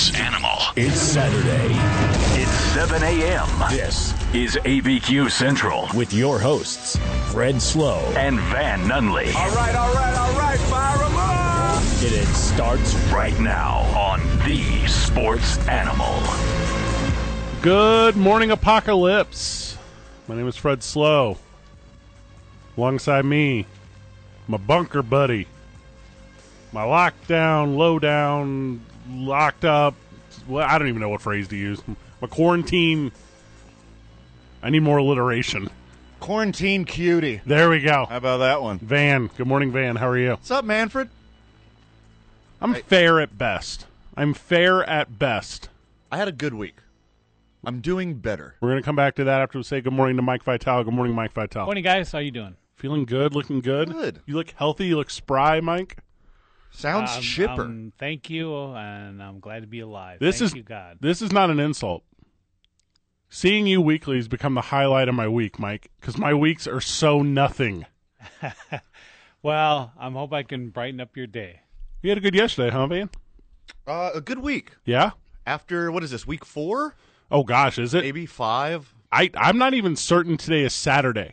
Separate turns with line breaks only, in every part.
This animal.
It's Saturday
It's 7 a.m.
This.
is ABQ Central
with your hosts, Fred Slow,
and Van Nunley
All right, all right, all right, fire 'em up!
and it starts
right now on The Sports Animal.
Good morning, Apocalypse. My name is Fred Slow. Alongside me, my bunker buddy, my lockdown, lowdown, locked up. Well, I don't even know what phrase to use. My quarantine. I need more alliteration.
Quarantine cutie.
There we go.
How about that one?
Van. Good morning, Van. How are you?
What's up, Manfred?
I'm fair at best. I'm fair at best.
I had a good week. I'm doing better.
We're going to come back to that after we say good morning to Mike Vitale. Good morning, Mike Vitale.
Morning, guys. How you doing?
Feeling good, looking good.
Good.
You look healthy. You look spry, Mike.
Sounds
Um,
chipper.
um, thank you, and I'm glad to be alive.
This
thank
is
you, God.
this is not an insult. Seeing you weekly has become the highlight of my week, Mike, because my weeks are so nothing.
Well, I'm hope I can brighten up your day.
You had a good yesterday, huh, Van?
uh, a good week.
Yeah.
After, what is this, week four?
Oh gosh, is it?
Maybe five?
I I'm not even certain today is Saturday.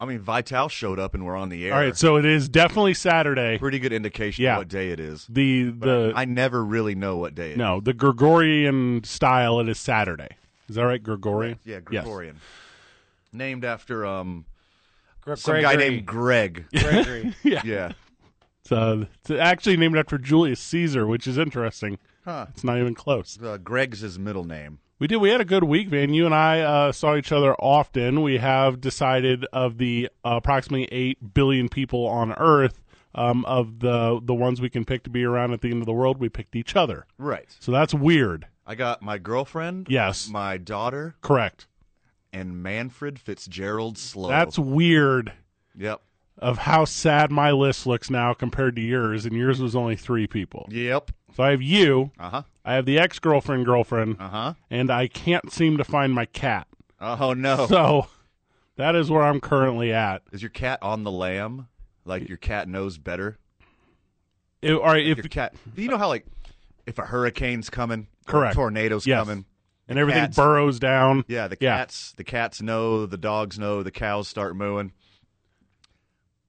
I mean, Vital showed up and we're on the air.
All right, so it is definitely Saturday.
Pretty good indication
Yeah.
of what day it is.
The the
I never really know what day it is.
no the Gregorian style. It is Saturday. Is that right, Gregorian?
Yeah,
Yes.
Gregorian. Named after um
Gre-
some guy
Gregory.
named Greg.
Gregory.
yeah.
It's, uh, it's actually named after Julius Caesar, which is interesting.
Huh.
It's not even close.
Uh, Greg's his middle name.
We did. We had a good week, Van. You and I uh, saw each other often. We have decided of the uh, approximately eight billion people on Earth, um, of the the ones we can pick to be around at the end of the world, we picked each other.
Right.
So that's weird.
I got my girlfriend.
Yes.
My daughter.
Correct.
and Manfred Fitzgerald Slow.
That's weird.
yep,
Of how sad my list looks now compared to yours, and yours was only three people.
yep.
So I have you,
Uh huh.
I have the ex girlfriend, girlfriend,
Uh huh.
and I can't seem to find my cat.
Oh no!
So that is where I'm currently at.
Is your cat on the lamb? Like your cat knows better.
It- all right, if
Your cat. You know how like if a hurricane's coming, or
Correct.
A tornado's
Yes.
coming.
and everything
cats.
burrows down.
Yeah, the
Yeah.
cats. The cats know. The dogs know. The cows start mooing.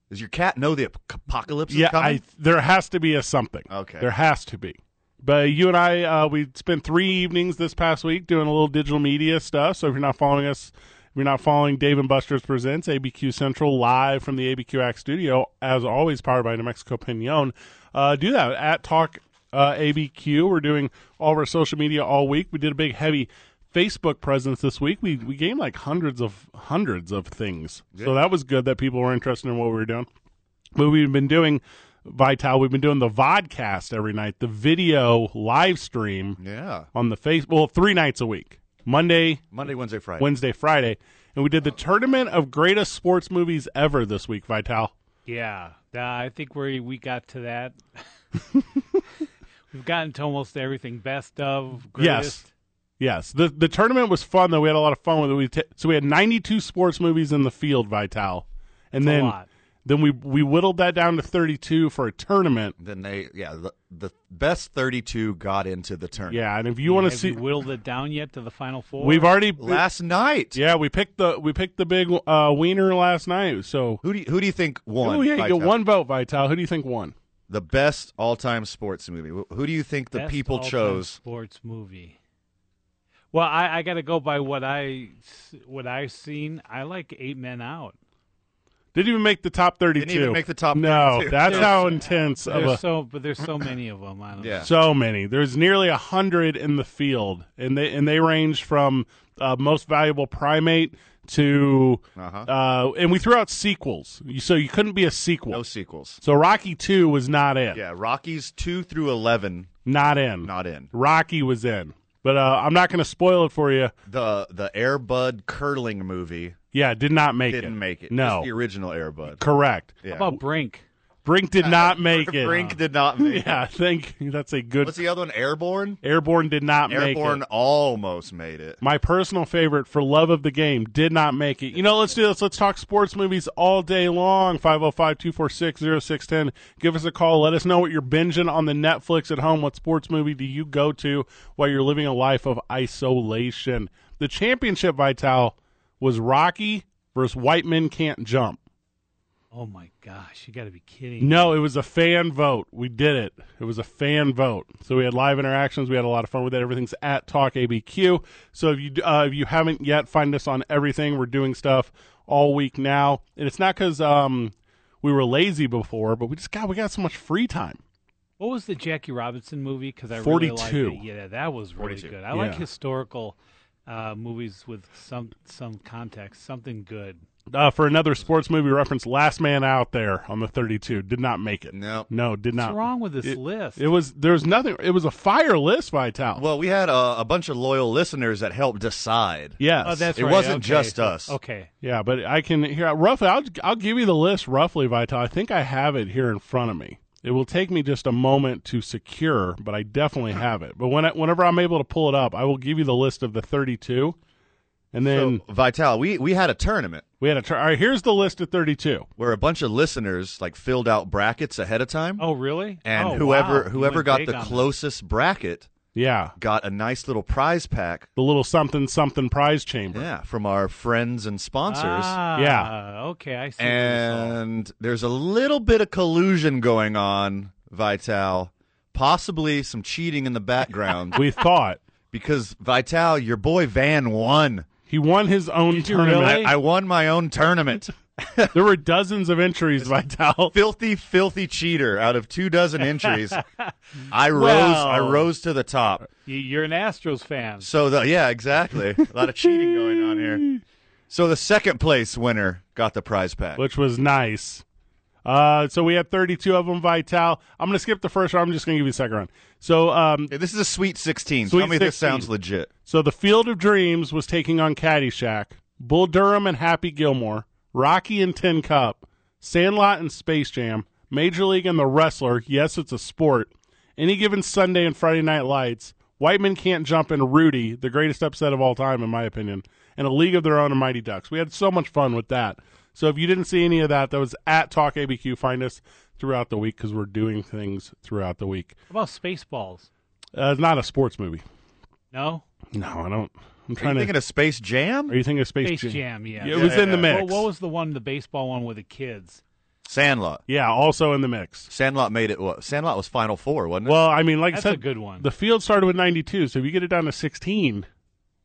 Does your cat know the ap- apocalypse
yeah.
is coming?
I there has to be a something.
Okay.
there has to be. But you and I, uh, we spent three evenings this past week doing a little digital media stuff. So if you're not following us, if you're not following Dave and Buster's Presents ABQ Central live from the ABQ Act Studio, as always, powered by New Mexico Pinon. Uh, do that at Talk uh, ABQ. We're doing all of our social media all week. We did a big heavy Facebook presence this week. We we gained like hundreds of hundreds of things. So that was good that people were interested in what we were doing. But we've been doing Vital. We've been doing the vodcast every night, the video live stream
yeah.
on the face. Well, three nights a week: Monday,
Monday, Wednesday, Friday.
Wednesday, Friday, and we did the tournament of greatest sports movies ever this week. Vital.
yeah, uh, I think we we got to that. We've gotten to almost everything. Best of greatest.
Yes. Yes, the the tournament was fun though. We had a lot of fun with it. We t- so we had 92 sports movies in the field, Vital, and
That's a
then
lot.
then we we whittled that down to 32 for a tournament.
Then they, yeah, the, the best thirty-two got into the tournament.
Yeah, and if you want to
Have
see,
you whittled it down yet to the final four?
we've already
Last night.
yeah we picked the we picked the big uh, wiener last night. So
Who do you, who do you think won?
Oh yeah, you
Vital?
get one vote, Vital. Who do you think won?
The best all time sports movie. Wh- Who do you think the
Best
people
all-time
chose?
sports movie. Well, I, I got to go by what I s- what I've seen. I like Eight Men Out.
Didn't even make the top 32.
Didn't even make the top
No,
32.
that's
There's-
how intense of
There's
a.
so, but there's so many of them. I don't know.
Yeah.
So many. There's nearly a hundred in the field, and they and they range from uh, most valuable primate to,
Uh-huh.
uh, and we threw out sequels, You- so you couldn't be a sequel.
No sequels.
so Rocky Two was not in,
Yeah, Rockies 2 through 11
not in,
not in.
Rocky was in, but uh, I'm not going to spoil it for you.
The the Airbud curling movie
Yeah, did not make it.
didn't make it.
No,
Just the original Airbud.
correct.
Yeah.
How about Brink?
Brink did not make it.
Brink did not make it.
Yeah, I think that's a good.
What's the other one? Airborne?
Airborne did not make it.
Airborne almost made it.
my personal favorite for love of the game did not make it. You know, let's do this. Let's talk sports movies all day long. 505-246-0610. Give us a call. Let us know what you're binging on the Netflix at home. What sports movie do you go to while you're living a life of isolation? The championship Vital was Rocky versus White Men Can't Jump.
Oh my gosh, you got to be kidding! me.
No, it was a fan vote. We did it. It was a fan vote. So we had live interactions. We had a lot of fun with it. Everything's at Talk ABQ. So if you uh, if you haven't yet, find us on everything. We're doing stuff all week now, and it's not because um, we were lazy before, but we just got we got so much free time.
What was the Jackie Robinson movie? Because I really
42.
liked it. Yeah, that was really
42,
good. I like
yeah.
historical uh, movies with some some context, something good.
Uh, for another sports movie reference, Last Man Out there on the 32 did not make it.
No.
no, did
What's
not.
wrong with this
it-
list?
It was there's nothing. It was a fire list, Vital.
Well, we had a, a bunch of loyal listeners that helped decide.
yes,
oh, that's
It
right.
wasn't
Okay,
just
so-
us.
Okay,
Yeah, but I can here roughly. I'll I'll give you the list roughly, Vital. I think I have it here in front of me. It will take me just a moment to secure, but I definitely have it. But when I, whenever I'm able to pull it up, I will give you the list of the 32, and then
So, Vital, we, we had a tournament
we had a. Tr- all right, here's the list of 32.
where a bunch of listeners like filled out brackets ahead of time,
Oh, really?
and
Oh,
whoever
wow. You
whoever
went
got
big
the
on
closest bracket
Yeah,
got a nice little prize pack.
the little something something prize chamber.
Yeah, from our friends and
that.
sponsors.
Ah,
Yeah.
Okay, I see. what you saw.
and there's a little bit of collusion going on, Vital. Possibly some cheating in the background
We thought
because Vital, your boy Van won.
he won his own
Did you
tournament.
really?
I won my own tournament.
There were dozens of entries, Vital.
filthy, filthy cheater. Out of two dozen entries, I rose.
Well.
I rose to the top.
You- You're an Astros fan.
So the yeah, exactly. A lot of cheating going on here. So the second place winner got the prize pack.
which was nice. Uh, so we had 32 of them, Vital. I'm going to skip the first round. I'm just going to give you the second round. So, um,
Yeah, This is a sweet sixteen.
Sweet
Tell me this
16.
sounds legit.
so the Field of Dreams was taking on Caddyshack, Bull Durham and Happy Gilmore, Rocky and Tin Cup, Sandlot and Space Jam, Major League and The Wrestler. Yes, it's a sport. Any given Sunday and Friday Night Lights. White Men Can't Jump and Rudy, the greatest upset of all time, in my opinion, and A League of Their Own and Mighty Ducks. We had so much fun with that. So if you didn't see any of that, that was at Talk ABQ. Find us throughout the week because we're doing things throughout the week.
How about Spaceballs?
Uh, it's not a sports movie.
No,
No, I don't. I'm
Are you
trying to.
thinking of Space Jam?
are you thinking of Space,
Space Jam. Yeah.
Yeah, it was in the
Yeah.
mix.
What, what was the one? The baseball one with the kids.
Sandlot.
yeah, also in the mix.
Sandlot made it. What? Sandlot was Final Four, wasn't it?
Well, I mean, like
That's
I
a
said,
good one.
the field started with 92, so if you get it down to 16,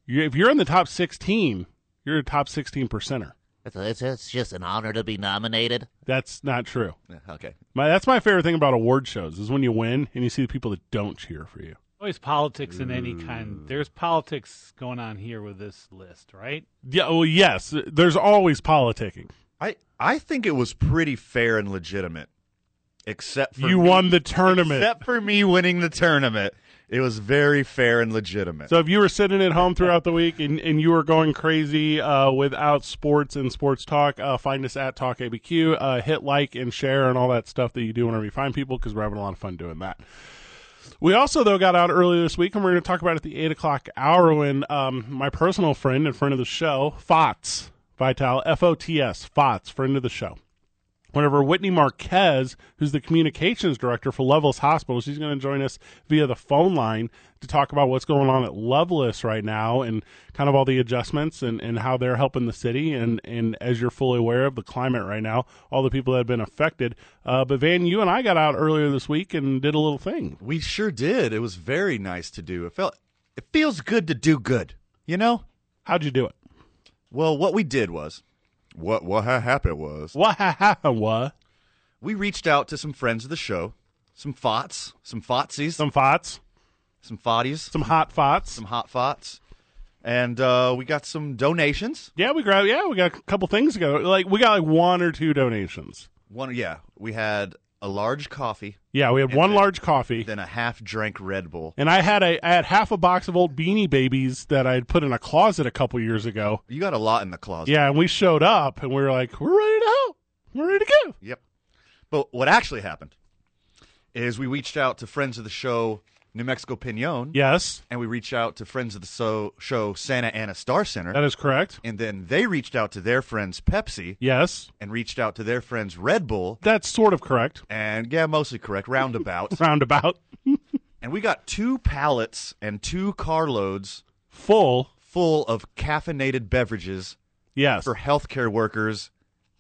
you if you're in the top 16, you're a top 16 percenter.
It's, it's, it's just an honor to be nominated.
That's not true.
Yeah, okay.
My, that's my favorite thing about award shows is when you win and you see the people that don't cheer for you.
Always politics in any
Mm.
kind. There's politics going on here with this list, right?
Yeah, well, yes. There's always politicking.
I I think it was pretty fair and legitimate, except for
you
me-
won the tournament.
Except for me winning the tournament, it was very fair and legitimate.
so if you were sitting at home throughout the week and, and you were going crazy uh, without sports and sports talk, uh, find us at Talk ABQ. Uh, hit like and share and all that stuff that you do whenever you find people because we're having a lot of fun doing that. We also though got out earlier this week, and we're going to talk about it at the eight o'clock hour when um, my personal friend and friend of the show, Fots Vital F O T S Fots, friend of the show. Whenever Whitney Marquez, who's the communications director for Lovelace Hospital, she's going to join us via the phone line to talk about what's going on at Lovelace right now and kind of all the adjustments and, and how they're helping the city. And, and as you're fully aware of the climate right now, all the people that have been affected. Uh, but Van, you and I got out earlier this week and did a little thing.
we sure did. It was very nice to do. It felt it feels good to do good. You know?
How'd you do it?
Well, what we did was what what ha- happened was
What? What?
we reached out to some friends of the show, some fots, some fotsies, some,
Some fots,
some fotties,
some hot fots.
some hot fots, and uh, we got some donations.
Yeah, we grabbed. Yeah, we got a couple things together. Like we got like one or two donations.
One, yeah, we had a large coffee,
Yeah, we had one
then-
large coffee.
then a half drank Red Bull.
And I had a I had half a box of old Beanie Babies that I had put in a closet a couple years ago.
You got a lot in the closet.
Yeah, and we showed up and we were like, we're ready to go, we're ready to go.
Yep. But what actually happened is we reached out to friends of the show, New Mexico Pinon,
Yes,
and we reached out to friends of the so- show, Santa Ana Star Center.
that is correct.
and then they reached out to their friends, Pepsi,
Yes,
and reached out to their friends, Red Bull.
that's sort of correct.
And yeah, mostly correct, roundabout.
Roundabout,
and we got two pallets and two carloads
full.
full of caffeinated beverages
Yes,
for healthcare workers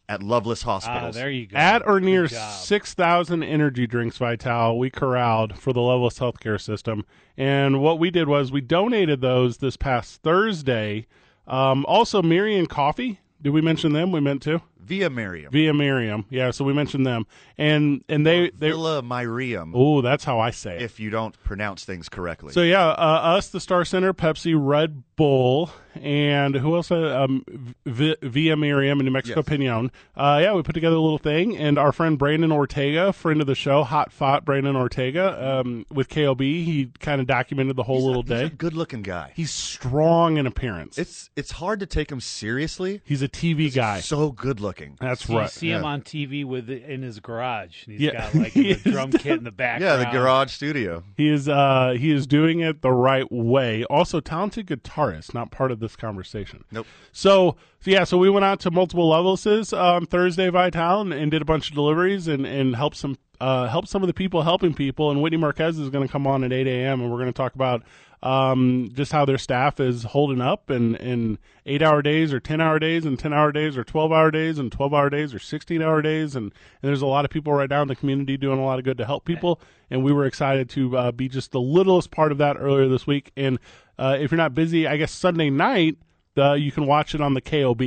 at Loveless
Ah,
Hospitals.
there you go.
at or near
Good job.
six thousand energy drinks Vital we corralled for the Loveless Healthcare System, and what we did was we donated those this past Thursday. Um, also, Miriam Coffee. Did we mention them? We meant to
Via Miriam.
via Miriam. Yeah, so we mentioned them, and and they they.
Villa Miriam,
Oh, that's how I say it.
if you don't pronounce things correctly.
So yeah, uh, us, the Star Center, Pepsi, Red Bull, and who else? Uh, um, v- Via Miriam in New Mexico
Yes.
Pinon. Uh, yeah, we put together a little thing, and our friend Brandon Ortega, friend of the show, hot fought Brandon Ortega, um, with KOB, he kind of documented the whole little day.
Good looking guy.
He's strong in appearance.
It's it's hard to take him seriously.
He's a TV guy.
So good looking.
That's
You
right.
see him on TV with in his garage. And he's
Yeah.
got like
He
a
is.
drum kit in the
Yeah,
background.
the garage studio.
He is uh he is doing it the right way. Also talented guitarist, not part of this conversation.
Nope.
So yeah, so we went out to multiple levels um Thursday Vital and, and did a bunch of deliveries and and helped some uh helped some of the people helping people and Whitney Marquez is gonna come on at eight AM and we're gonna talk about um just how their staff is holding up and and eight hour days or ten hour days and ten hour days or twelve hour days and twelve hour days or sixteen hour days and, and there's a lot of people right now in the community doing a lot of good to help people and we were excited to uh, be just the littlest part of that earlier this week and uh, if you're not busy I guess Sunday night uh, you can watch it on the KOB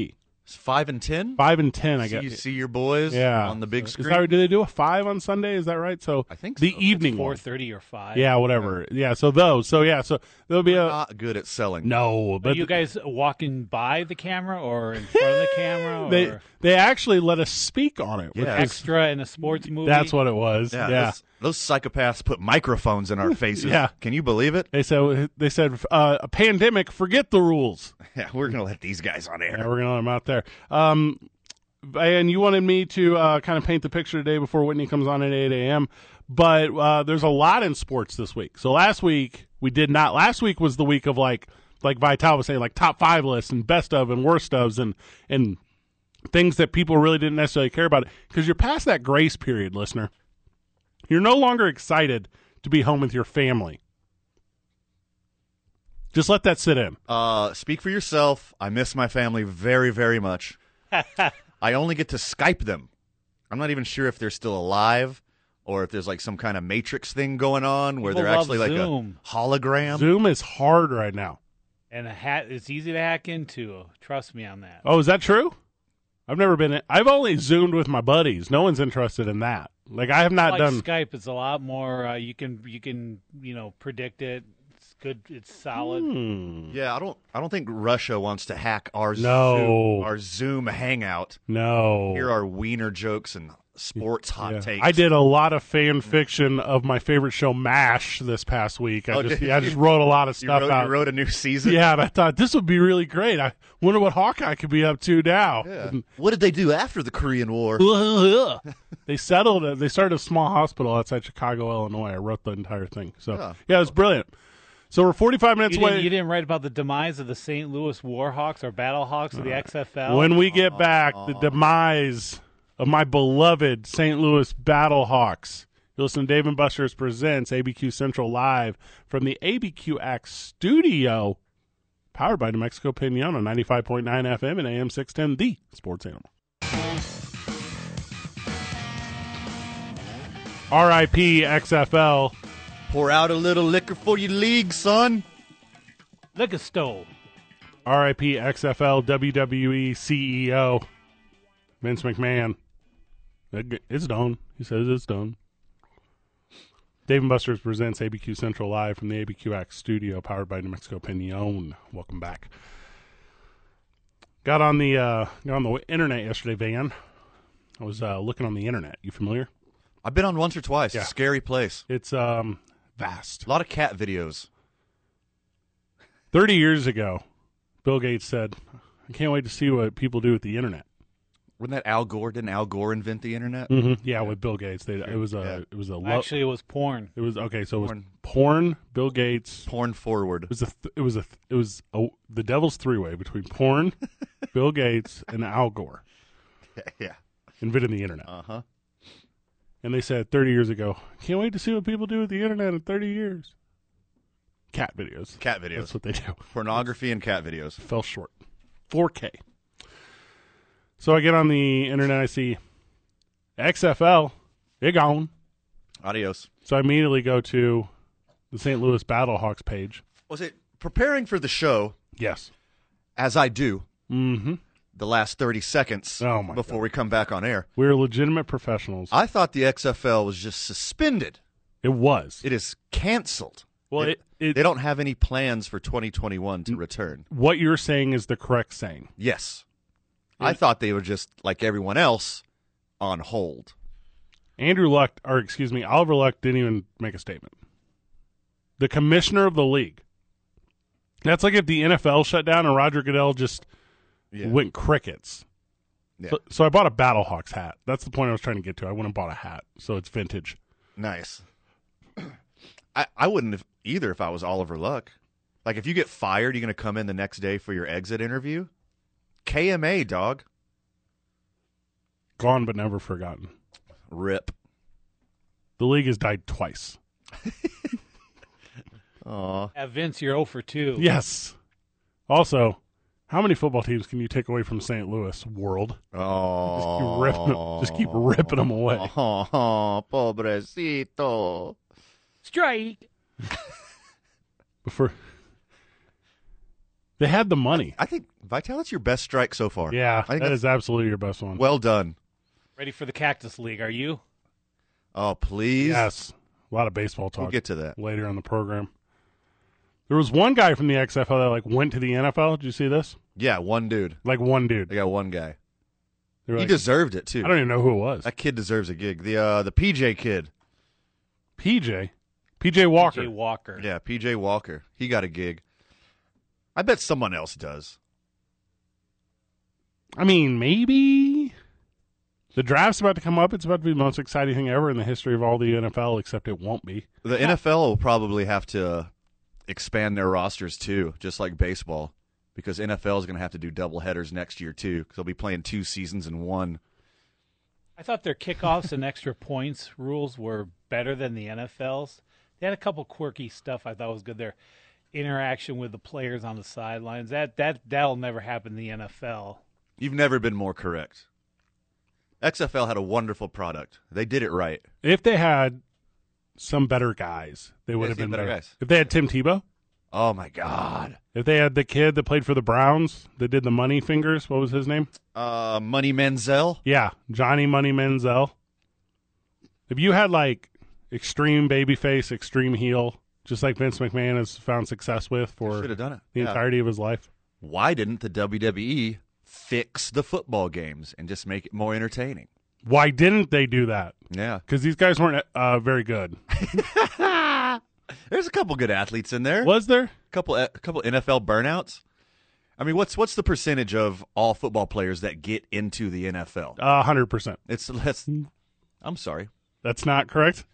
It's five and ten.
five and ten I
So you
guess
see your boys
yeah
on the big
Is
screen.
that, do they do a five on Sunday is that right so
I think
the
so.
evening
four
one.
thirty or five.
yeah whatever yeah so those so yeah so there'll be a
Not good at selling.
no
Are
but
you guys walking by the camera or in front of the camera? Or
they they actually let us speak on it. which
Yeah.
is-
extra in a sports movie?
that's what it was. Yeah,
Yeah, those- Those psychopaths put microphones in our faces.
Yeah.
Can you believe it?
they said they said uh, a pandemic. Forget the rules.
Yeah, we're gonna let these guys on air.
Yeah, we're gonna let them out there. Um, and you wanted me to uh, kind of paint the picture today before Whitney comes on at eight a.m. But uh, there's a lot in sports this week. So last week we did not. Last week was the week of like like Vital was saying like top five lists and best of and worst ofs and and things that people really didn't necessarily care about because you're past that grace period, listener. You're no longer excited to be home with your family. Just let that sit in.
Uh, speak for yourself. I miss my family very, very much. I only get to Skype them. I'm not even sure if they're still alive or if there's like some kind of matrix thing going on where
People
they're
love
actually like
Zoom.
a hologram.
Zoom is hard right now.
And a hat. It's easy to hack into. Trust me on that.
Oh, is that true? I've never been. In, I've only zoomed with my buddies. No one's interested in that. Like I have not
like
done.
Skype. It's a lot more. Uh, you can you can you know predict it. It's good. It's solid.
Hmm.
Yeah, I don't. I don't think Russia wants to hack our
No.
Zoom, our Zoom hangout.
no.
Here are wiener jokes and sports hot
Yeah.
takes.
I did a lot of fan fiction of my favorite show, Mash, this past week. I
Oh,
just
did
yeah, I
you?
just wrote a lot of
You
stuff
wrote,
out.
you wrote a new season.
yeah, and I thought this would be really great. I wonder what Hawkeye could be up to now.
Yeah. What did they do after the Korean War?
they settled it. They started a small hospital outside Chicago, Illinois. I wrote the entire thing. So yeah,
Yeah.
it was brilliant. So we're 45 minutes
You
away.
didn't, you didn't write about the demise of the St. Louis Warhawks or Battlehawks or the XFL.
Uh, When we get back, the demise of my beloved St. Louis Battlehawks. You listen to Dave and Buster's presents ABQ Central live from the ABQ Act studio, powered by New Mexico Pinon on 95.9 FM and AM 610, the sports animal. RIP XFL.
Pour out a little liquor for your league, son.
Liquor stole.
RIP XFL WWE CEO E Vince McMahon. It's done. He says it's done. Dave and Buster's presents ABQ Central live from the ABQX studio, powered by New Mexico Pinion. Welcome back. Got on the uh, got on the internet yesterday, Van. I was uh, looking on the internet. You familiar?
I've been on once or twice.
Yeah.
Scary place.
It's um, vast.
A lot of cat videos.
30 years ago, Bill Gates said, I can't wait to see what people do with the internet.
Wasn't that Al Gore? Didn't Al Gore invent the internet?
hmm Yeah, with Bill Gates, they, it was a
Yeah.
it was a lo-
Actually, it was porn.
it was okay. So it was porn.
Porn.
Bill Gates.
Porn forward.
It was a th- it was a th- it was a, the devil's three way between porn, Bill Gates, and Al Gore
yeah.
invented the internet.
Uh huh.
And they said 30 years ago, can't wait to see what people do with the internet in 30 years. Cat videos.
Cat videos.
That's what they do.
Pornography and cat videos.
Fell short. 4K. So I get on the internet, I see XFL, it gone.
Adios.
So I immediately go to the St. Louis Battlehawks page.
Was it preparing for the show
Yes.
as I do
Mm-hmm.
the last thirty seconds
Oh, my
before we come back on air?
We're legitimate professionals.
I thought the XFL was just suspended.
it was.
It is canceled.
well, it, it, Mm.
they don't have any plans for 2021 to return.
what you're saying is the correct saying.
Yes. I thought they were just like everyone else on hold.
Andrew Luck, or excuse me, Oliver Luck didn't even make a statement. The commissioner of the league. That's like if the NFL shut down and Roger Goodell just
Yeah.
went crickets.
Yeah.
So, so I bought a Battlehawks hat. That's the point I was trying to get to. I went and bought a hat, so it's vintage.
Nice. I, I wouldn't have either if I was Oliver Luck. Like if you get fired, you're going to come in the next day for your exit interview. KMA, dog.
Gone but never forgotten.
Rip.
The league has died twice.
Aw.
At Vince, you're 0 for 2.
Yes. Also, how many football teams can you take away from St. Louis? World. Just keep
Aw.
ripping them, just keep ripping 'em away.
Aw, pobrecito.
Strike.
Before they had the money.
I think Vital, that's your best strike so far.
Yeah,
I think
that
that's
is absolutely your best one.
well done.
Ready for the Cactus League, are you?
Oh, please.
yes, a lot of baseball talk
We'll get to that.
later on the program. There was one guy from the XFL that like went to the NFL. Did you see this?
Yeah, one dude.
Like one dude.
They got one guy.
They were
He
like-
deserved it
I
too.
don't even know who it was.
That kid deserves a gig. The uh the PJ kid.
PJ, PJ Walker.
P.J. Walker.
Yeah, PJ Walker. He got a gig. I bet someone else does.
I mean, maybe the draft's about to come up. It's about to be the most exciting thing ever in the history of all the NFL, except it won't be.
The NFL will probably have to expand their rosters too, just like baseball, because NFL is going to have to do double headers next year too. Cause they'll be playing two seasons in one.
I thought their kickoffs and extra points rules were better than the NFL's. They had a couple quirky stuff I thought was good. Their interaction with the players on the sidelines that that that'll never happen in the NFL.
You've never been more correct. XFL had a wonderful product. They did it right.
If they had some better guys, they
Yes,
would have been
better
better.
guys.
If they had Tim Tebow,
Oh my God.
if they had the kid that played for the Browns that did the money fingers, what was his name?
Uh, Money Manziel.
Yeah, Johnny Money Menzel. If you had like extreme babyface, extreme heel, just like Vince McMahon has found success with for
Should have done it.
the
Yeah.
entirety of his life,
Why didn't the WWE fix the football games and just make it more entertaining?
why didn't they do that?
Yeah.
Because these guys weren't uh, very good.
There's a couple good athletes in there.
Was there?
A couple a couple NFL burnouts. I mean, what's what's the percentage of all football players that get into the NFL?
A hundred percent.
It's less
Hmm.
I'm sorry.
That's not correct.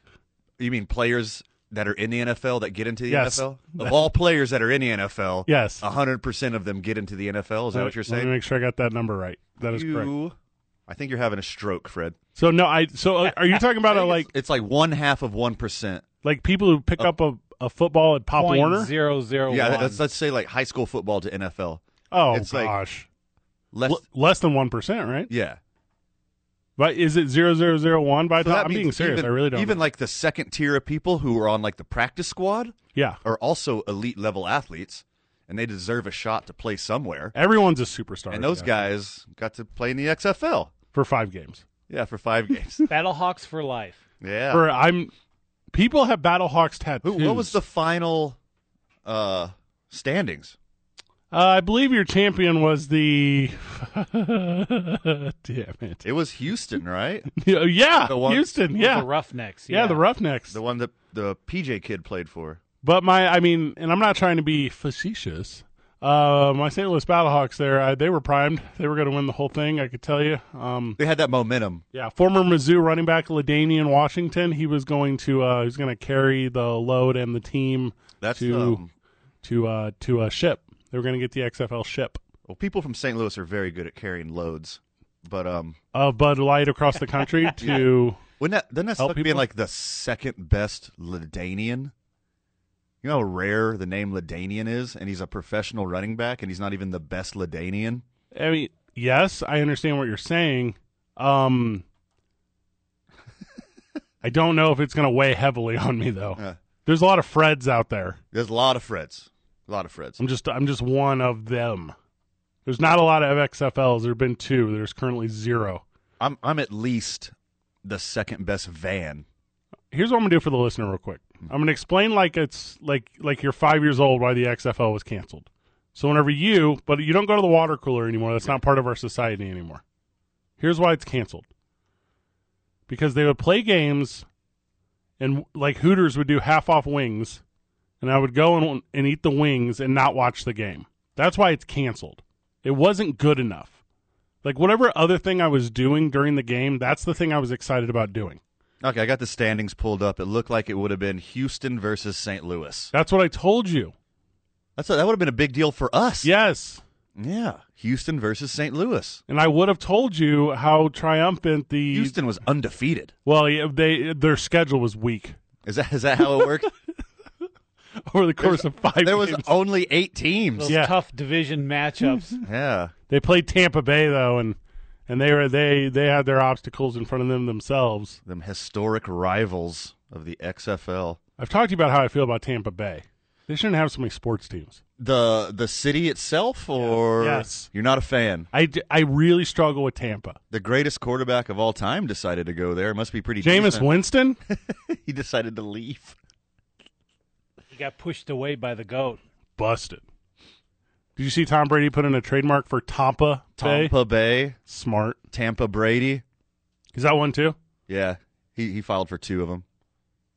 You mean players that are in the NFL that get into the
Yes.
NFL? Of all players that are in the NFL,
Yes.
100% of them get into the NFL. Is that what you're
Let me
saying?
make sure I got that number right. That is correct.
You- I think you're having a stroke, Fred.
So no, I. So uh, are you talking about a, like
It's like one half of 1%.
like people who pick up a, a football at Pop Warner?
Point zero zero
Yeah,
one.
let's, let's say like high school football to NFL.
oh
it's like-
gosh,
Less,
L- less than one percent, right?
yeah.
But is it zero zero zero one by
So
time?
that
I'm
means
being serious.
Even,
I really don't.
Even
know.
like the second tier of people who are on like the practice squad
yeah,
are also elite level athletes, and they deserve a shot to play somewhere.
everyone's a superstar.
And those
yeah,
guys got to play in the XFL.
for five games.
Yeah, for five games.
Battlehawks for life.
yeah.
For I'm people have Battlehawks tattoos.
Who, what was the final uh standings?
Uh, I believe your champion was the. Damn it!
It was Houston, right?
Yeah,
The one-
Houston.
Yeah.
Yeah,
The Roughnecks.
yeah, the Roughnecks.
the one that the PJ kid played for.
But my, I mean, and I'm not trying to be facetious. Uh, my St. Louis Battlehawks, there, uh, they were primed. They were going to win the whole thing. I could tell you. Um,
They had that momentum.
yeah, former Mizzou running back Ladainian Washington. He was going to uh, he was going to carry the load and the team
That's
to
um,
to uh, to a ship. They were going to get the XFL ship
well, people from St. Louis are very good at carrying loads, but um,
of Uh, Bud Light across the country to.
wouldn't that doesn't that
Help
suck being
people?
like the second best Ladanian? You know how rare the name Ladanian is, and he's a professional running back, and he's not even the best Ladanian.
I mean, yes, I understand what you're saying. Um, I don't know if it's going to weigh heavily on me though.
Yeah.
There's a lot of Freds out there.
There's a lot of Freds, a lot of Freds.
I'm just I'm just one of them. There's not a lot of XFLs. There've been two. There's currently zero.
I'm I'm at least the second best van.
Here's what I'm gonna do for the listener, real quick. I'm gonna explain like it's like like you're five years old why the XFL was canceled. So whenever you, but you don't go to the water cooler anymore. That's not part of our society anymore. Here's why it's canceled. Because they would play games, and like Hooters would do half off wings, and I would go and and eat the wings and not watch the game. That's why it's canceled. It wasn't good enough. Like whatever other thing I was doing during the game, that's the thing I was excited about doing.
Okay, I got the standings pulled up. It looked like it would have been Houston versus St. Louis.
That's what I told you.
That's a, that would have been a big deal for us.
Yes.
yeah. Houston versus St. Louis.
And I would have told you how triumphant the
Houston was undefeated.
well yeah, they their schedule was weak
Is that is that how it worked?
over the course of five
there was
games.
only eight teams.
Those
Yeah.
tough division matchups.
Yeah.
They played Tampa Bay though, and and they were they they had their obstacles in front of them themselves.
Them historic rivals of the XFL.
I've talked to you about how I feel about Tampa Bay. They shouldn't have so many sports teams.
The the city itself or
Yes.
you're not a fan.
I, d- I really struggle with Tampa.
The greatest quarterback of all time decided to go there. Must be pretty
Jameis
decent.
Winston.
he decided to leave.
He got pushed away by the goat.
busted. Did you see Tom Brady put in a trademark for Tampa Bay?
Tampa Bay,
Smart.
Tampa Brady.
Is that one too?
Yeah, he he filed for two of them.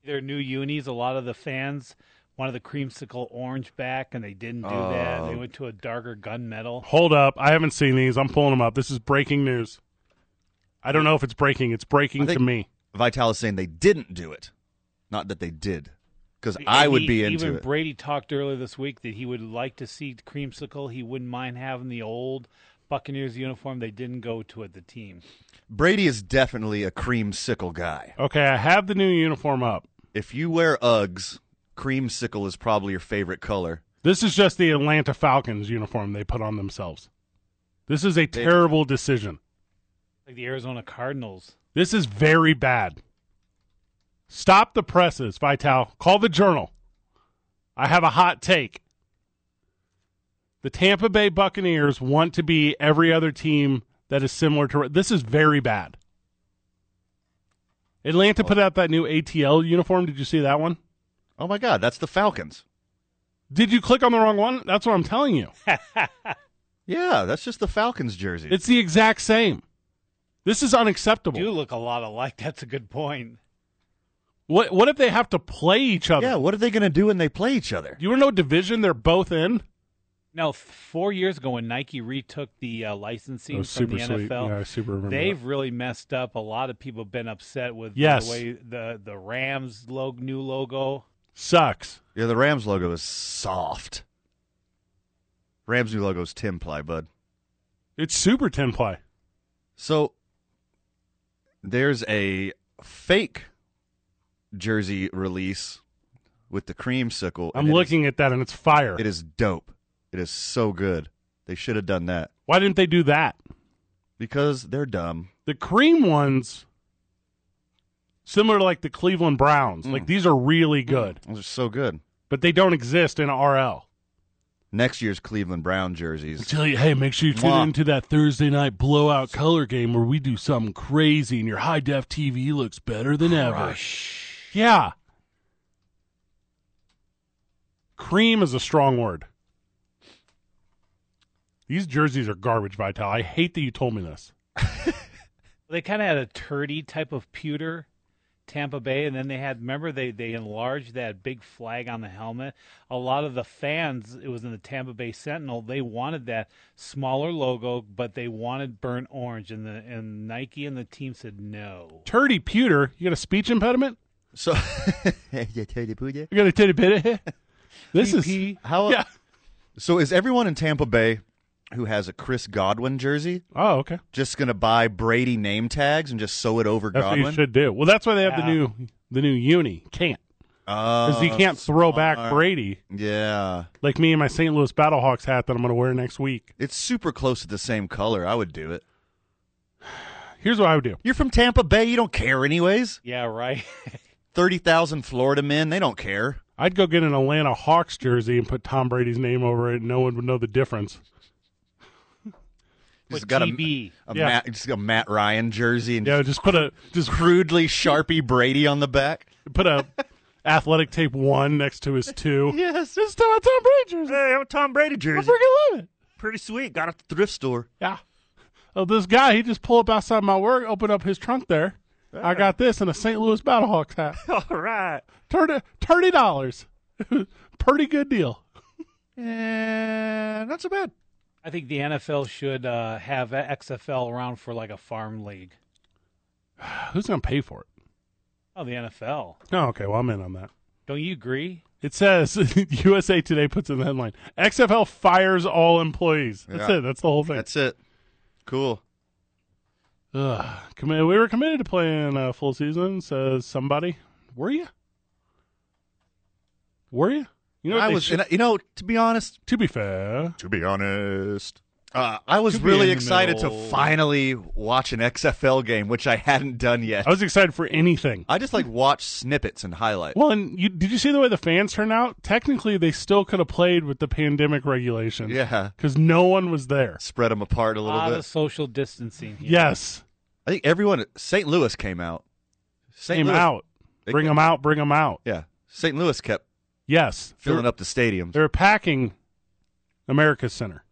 Their new unis, a lot of the fans wanted the creamsicle orange back, and they didn't do that. They
Oh.
went to a darker gunmetal.
Hold up. I haven't seen these. I'm pulling them up. This is breaking news. I don't know if it's breaking. It's breaking
I think-
to me.
Vital is saying they didn't do it, not that they did, because I would
he-
be
even
into it.
Brady talked earlier this week that he would like to see creamsicle. He wouldn't mind having the old Buccaneers uniform. They didn't go to it. The team.
Brady is definitely a creamsicle guy.
Okay, I have the new uniform up.
If you wear Uggs, creamsicle is probably your favorite color.
This is just the Atlanta Falcons uniform they put on themselves. This is a terrible decision.
Like the Arizona Cardinals.
This is very bad. Stop the presses, Vital. Call the journal. I have a hot take. The Tampa Bay Buccaneers want to be every other team that is similar to. This is very bad. Atlanta put out that new ATL uniform. Did you see that one?
Oh my God, that's the Falcons.
Did you click on the wrong one? That's what I'm telling you.
Yeah, that's just the Falcons jersey.
It's the exact same. This is unacceptable.
Do look a lot alike. That's a good point.
What what if they have to play each other?
yeah, what are they going to do when they play each other?
Do you want to know what division they're both in?
Now, four years ago, when Nike retook the uh, licensing
Oh,
from
super
the
sweet.
NFL,
Yeah, I super remember
they've really messed up. A lot of people have been upset with
Yes.
the way the the Rams log- new logo.
Sucks.
Yeah, the Rams logo is soft. Rams new logo is ten ply, bud.
It's super ten ply.
So there's a fake jersey release with the creamsicle. and
I'm
it is-
looking at that and it's fire.
it is dope. It is so good. They should have done that
Why didn't they do that?
because they're dumb.
The cream ones, similar to like the Cleveland Browns,
Mm.
like these are really good,
Those are so good.
but they don't exist in RL.
Next year's Cleveland Brown jerseys.
Tell you, hey, make sure you tune
Mwah.
into that Thursday night blowout color game where we do something crazy and your high def TV looks better than ever. Yeah. Cream is a strong word. These jerseys are garbage, Vital. I hate that you told me this.
They kind of had a turdy type of pewter Tampa Bay, and then they had remember they they enlarged that big flag on the helmet. A lot of the fans, it was in the Tampa Bay Sentinel, they wanted that smaller logo, but they wanted burnt orange, and the and Nike and the team said no.
Turdy Pewter, you got a speech impediment?
So
You got a titty pitty? This is
PP.
how?
yeah.
So is everyone in Tampa Bay who has a Chris Godwin jersey
Oh, okay.
just gonna buy Brady name tags and just sew it over
That's what
Godwin?
you should do. Well, that's why they have the
Yeah.
new the new uni. Can't because
Oh,
you can't throw back
smart.
Brady
Yeah,
like me and my St. Louis Battlehawks hat that I'm going to wear next week.
it's super close to the same color. I would do it.
Here's what I would do.
You're from Tampa Bay. You don't care, anyways.
Yeah, right.
Thirty thousand Florida men. They don't care.
I'd go get an Atlanta Hawks jersey and put Tom Brady's name over it, and no one would know the difference.
Just
But
got a,
TB.
a,
Yeah.
Matt, just a Matt Ryan jersey and
Yeah, just put a just
crudely Sharpie Brady on the back.
put a athletic tape one next to his two.
Yes,
It's Tom, Tom Brady jersey.
Hey, I'm a Tom Brady
I
jersey.
freaking love it.
Pretty sweet. Got it at the thrift store.
Yeah. Oh, this guy, he just pull up outside my work, open up his trunk there. I got this and a St. Louis Battlehawks hat.
All right.
Thirty thirty dollars. Pretty good deal. Eh,
Yeah, not so bad.
I think the NFL should uh, have XFL around for like a farm league.
Who's gonna pay for it?
Oh, the NFL.
Oh, okay. Well, I'm in on that.
Don't you agree?
It says USA Today puts in the headline: XFL fires all employees. That's
Yeah.
it. That's the whole thing.
That's it. Cool.
Ugh. Commi- we were committed to playing uh, full season. Says somebody. Were you? Were you? You know, what
I
they
was,
should-
and I- you know, to be honest,
to be fair,
to be honest, uh, I was
To be in
really
the
excited to
middle.
finally watch an XFL game, which I hadn't done yet.
I was excited for anything.
I just like watch snippets and highlights.
Well, and you, did you see the way the fans turned out? Technically, they still could have played with the pandemic regulations.
Yeah,
Because no one was there.
spread them apart a
A
little
lot
bit.
of Ah, social distancing here.
Yes.
I think everyone. St. Louis came out. St.
Came
Louis,
out.
They-
Bring them out. Bring them out.
Yeah, St. Louis kept
Yes.
filling
they're,
up the stadiums.
They're packing America's Center.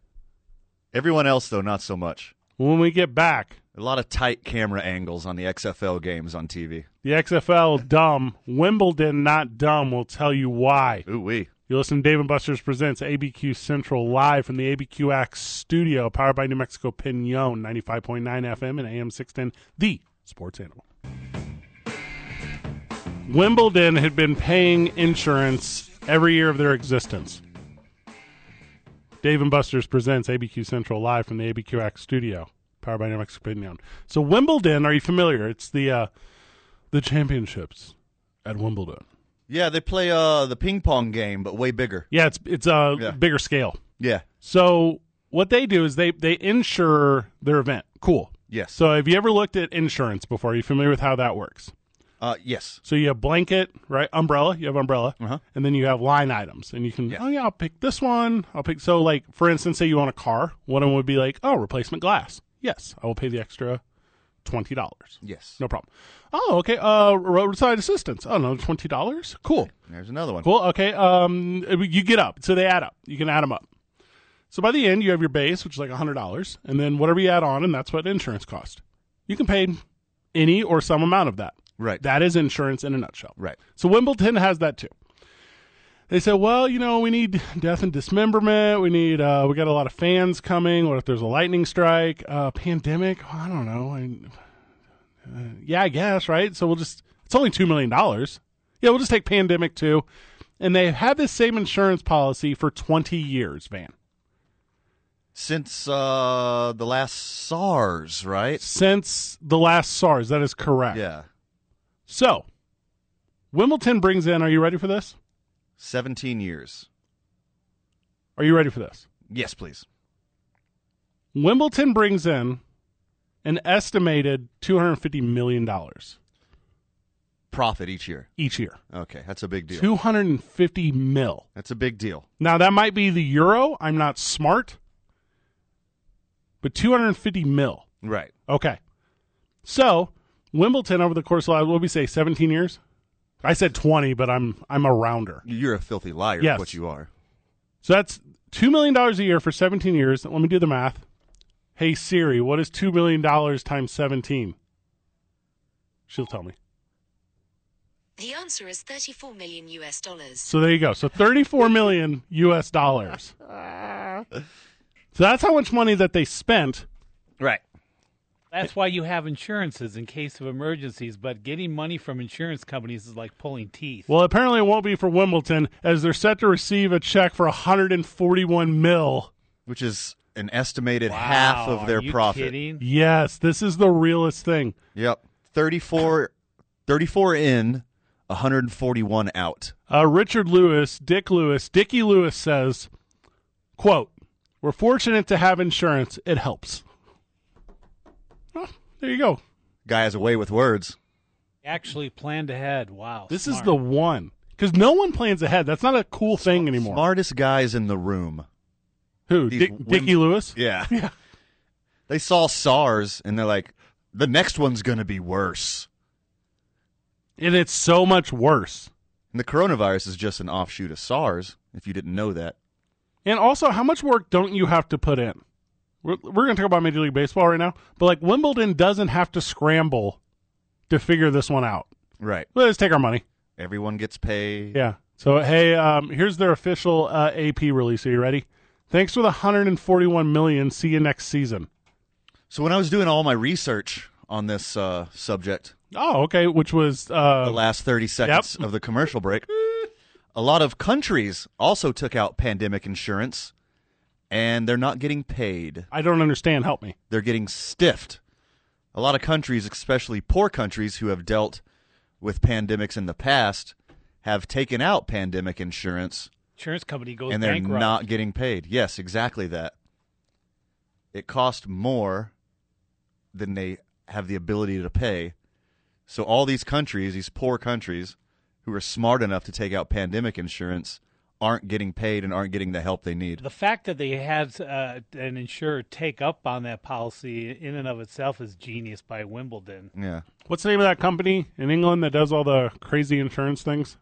Everyone else, though, not so much.
When we get back,
A lot of tight camera angles on the XFL games on TV.
the XFL dumb, Wimbledon not dumb will tell you why.
Ooh wee.
You listen to Dave and Buster's presents ABQ Central live from the ABQ Axe studio, powered by New Mexico Pinon, 95.9 FM and AM 610, the sports animal. Wimbledon had been paying insurance every year of their existence. Dave and Buster's presents ABQ Central live from the ABQ Axe studio, powered by New Mexico Pinon. So Wimbledon, are you familiar? It's the uh, the championships at Wimbledon.
Yeah, they play uh, the ping pong game, but way bigger.
Yeah, it's it's a
Yeah.
bigger scale.
Yeah.
So what they do is they they insure their event. Cool.
Yes.
So have you ever looked at insurance before? Are you familiar with how that works?
Uh, yes.
So you have blanket, right? Umbrella. You have umbrella,
Uh-huh.
and then you have line items, and you can
Yes.
oh yeah, I'll pick this one. I'll pick so like for instance, say you want a car, one of them would be like oh replacement glass. Yes, I will pay the extra twenty dollars.
Yes.
No problem. Oh okay. Uh, roadside assistance. Oh no, twenty dollars. Cool.
There's another one.
Cool. Okay. Um, you get up. So they add up. You can add them up. So by the end, you have your base, which is like hundred dollars, and then whatever you add on, and that's what insurance cost. You can pay any or some amount of that.
Right.
That is insurance in a nutshell.
Right.
So Wimbledon has that too. They said, well, you know, we need death and dismemberment. We need, uh, we got a lot of fans coming. What if there's a lightning strike? Uh, pandemic? I don't know. I, uh, yeah, I guess, right? So we'll just, it's only $2 million. Yeah, we'll just take pandemic too. And they had this same insurance policy for 20 years, Van.
Since uh, the last SARS, right?
Since the last SARS. That is correct.
Yeah.
So Wimbledon brings in, are you ready for this?
17 years.
Are you ready for this?
Yes, please.
Wimbledon brings in an estimated $250 million
Profit each year.
each year.
Okay, that's a big deal.
250 mil.
That's a big deal.
Now, that might be the euro. I'm not smart. But 250 mil.
Right.
Okay. So, Wimbledon over the course of, what did we say, 17 years? I said 20, but I'm I'm a rounder.
You're a filthy liar. is
Yes.
What you are.
So that's $2 million a year for 17 years. Let me do the math. Hey, Siri, what is $2 million times 17? She'll tell me.
The answer is 34 million US dollars.
So there you go. So 34 million US dollars. So that's how much money that they spent.
Right.
That's why you have insurances in case of emergencies, but getting money from insurance companies is like pulling teeth.
Well, apparently it won't be for Wimbledon as they're set to receive a check for 141 mil.
Which is an estimated half
Wow,
of their
are you
profit.
Kidding?
Yes, this is the realest thing.
Yep. 34, 34 in, 141 out.
Uh, Richard Lewis, Dick Lewis, Dickie Lewis says, quote, we're fortunate to have insurance. It helps. Well, there you go.
Guy has a way with words.
Actually planned ahead. Wow.
This is
smart.
the one. Because no one plans ahead. That's not a cool thing anymore.
Smartest guys in the room.
Who?
These
Dick,
wim-
Dickie Lewis?
Yeah.
Yeah.
They saw SARS and they're like, the next one's going to be worse.
And it's so much worse.
And the coronavirus is just an offshoot of SARS, if you didn't know that.
And also, how much work don't you have to put in? We're, we're going to talk about Major League Baseball right now, but like Wimbledon doesn't have to scramble to figure this one out.
Right.
Let's take our money.
Everyone gets paid.
Yeah. So, hey, um, here's their official uh, AP release. Are you ready? Thanks for the 141 million. See you next season.
So when I was doing all my research on this uh, subject,
Oh, okay. Which was
the
uh,
last 30 seconds of the commercial break, a lot of countries also took out pandemic insurance and they're not getting paid.
I don't understand. Help me.
They're getting stiffed. A lot of countries, especially poor countries who have dealt with pandemics in the past, have taken out pandemic insurance
insurance company goes
and they're
bankrupt.
not getting paid. Yes, exactly that. It cost more than they have the ability to pay. So all these countries, these poor countries who are smart enough to take out pandemic insurance aren't getting paid and aren't getting the help they need.
the fact that they had uh, an insurer take up on that policy in and of itself is genius by Wimbledon.
Yeah.
What's the name of that company in England that does all the crazy insurance things?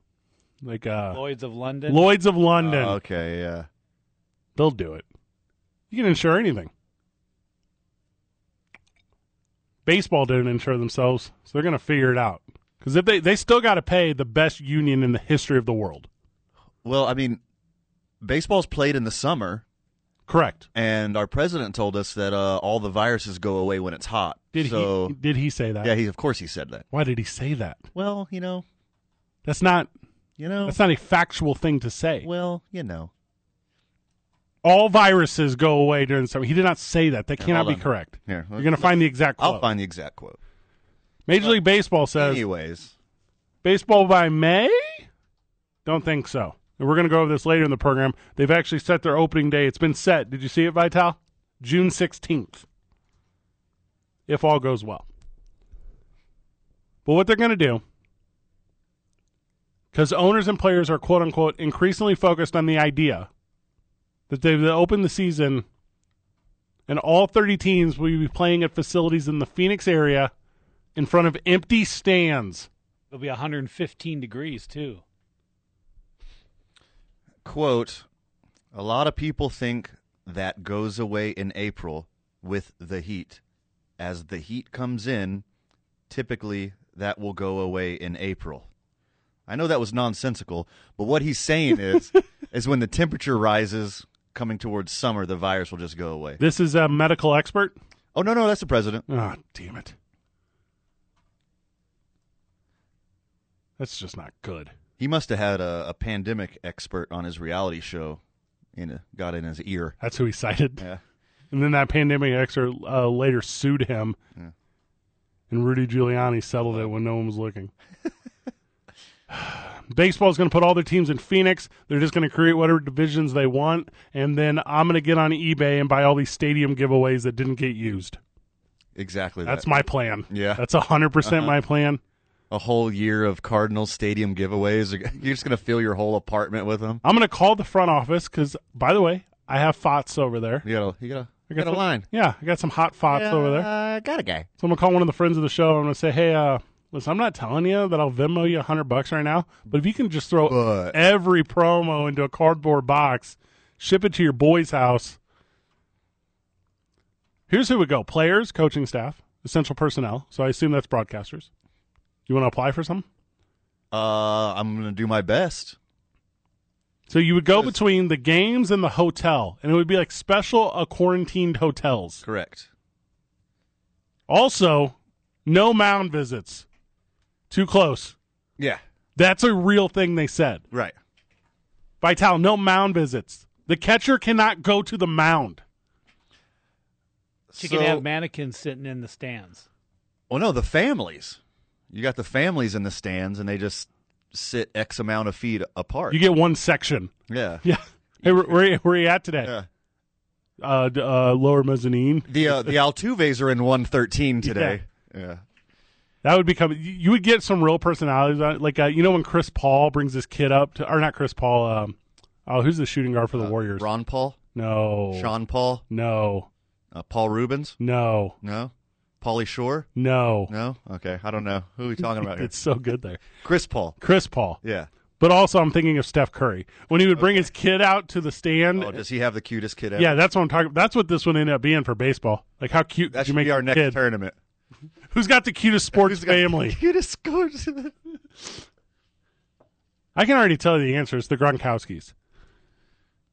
Like uh,
Lloyd's of London.
Lloyd's of London.
Oh, Okay, yeah.
They'll do it. You can insure anything. Baseball didn't insure themselves, so they're going to figure it out. Because if they they still got to pay the best union in the history of the world.
Well, I mean, baseball's played in the summer
Correct.
and our president told us that uh, all the viruses go away when it's hot.
Did
so
he did he say that?
Yeah, he of course he said that.
Why did he say that?
Well, you know,
That's not
you know.
that's not a factual thing to say.
Well, you know.
All viruses go away during the summer. He did not say that. That
Yeah,
cannot
hold
be
on.
correct.
Here,
You're going to find the exact quote.
I'll find the exact quote.
Major League Baseball says
Anyways,
Baseball by May? Don't think so. And we're going to go over this later in the program. They've actually set their opening day. It's been set. Did you see it, Vital? June 16th. If all goes well. But what they're going to do, because owners and players are quote unquote increasingly focused on the idea that they will open the season and all 30 teams will be playing at facilities in the Phoenix area in front of empty stands.
It'll be 115 degrees too.
quote, a lot of people think that goes away in April with the heat. As the heat comes in, typically that will go away in April. I know that was nonsensical, but what he's saying is is when the temperature rises coming towards summer, the virus will just go away.
This is a medical expert.
Oh no, no, that's the president.
Oh, damn it. That's just not good.
He must have had a, a pandemic expert on his reality show and got in his ear.
That's who he cited.
Yeah.
And then that pandemic expert uh, later sued him. And Rudy Giuliani settled it when no one was looking. Baseball's going to put all their teams in Phoenix. They're just going to create whatever divisions they want. And then I'm going to get on eBay and buy all these stadium giveaways that didn't get used.
Exactly.
That's
that.
my plan.
Yeah. Uh-huh.
That's 100% percent my plan.
a whole year of Cardinal Stadium giveaways. You're just gonna fill your whole apartment with them.
I'm going to call the front office because, by the way, I have FOTS over there.
You gotta, you gotta,
I
you gotta
some-
line.
Yeah, I got some hot FOTS over there. So
Uh, got a guy.
I'm going to call one of the friends of the show. I'm going to say, hey, uh, listen, I'm not telling you that I'll Venmo you 100 bucks right now, but if you can just throw
But-
every promo into a cardboard box, ship it to your boy's house. Here's who we go players, coaching staff, essential personnel. So I assume that's broadcasters. You want to apply for some?
Uh, I'm gonna do my best.
So you would go between the games and the hotel, and it would be like special uh, quarantined hotels.
Correct.
Also, no mound visits. Too close.
Yeah.
That's a real thing they said.
Right.
Vital, no mound visits. The catcher cannot go to the mound.
She
So-
can have mannequins sitting in the stands.
Well, no, the families. You got the families in the stands, and they just sit X amount of feet apart.
You get one section.
yeah.
Yeah. Hey, where, where, where you at today?
Yeah.
Uh, d- uh, lower mezzanine.
The uh, the Altuves are in 113 today. Yeah.
That would become. you- You would get some real personalities on it. Like uh, you know when Chris Paul brings his kid up to, or not Chris Paul. Um, oh, who's the shooting guard for the Warriors?
Uh,
Oh.
Ron Paul,
No.
Sean Paul,
No.
uh, Paul Rubens.
No.
No. Paulie Shore.
No.
No. Okay. I don't know who are we talking about here.
It's so good there.
Chris Paul.
Chris Paul.
Yeah.
But also, I'm thinking of Steph Curry when he would bring his kid out to the stand.
Oh, does he have the cutest kid ever?
yeah, that's what I'm talking. That's what this one ended up being for baseball. Like how cute
That
did you
should
make
be our
your
next
kid?
tournament.
Who's got the cutest sports
Who's got the
family?
cutest scores.
I can already tell you the answer. It's the Gronkowskis.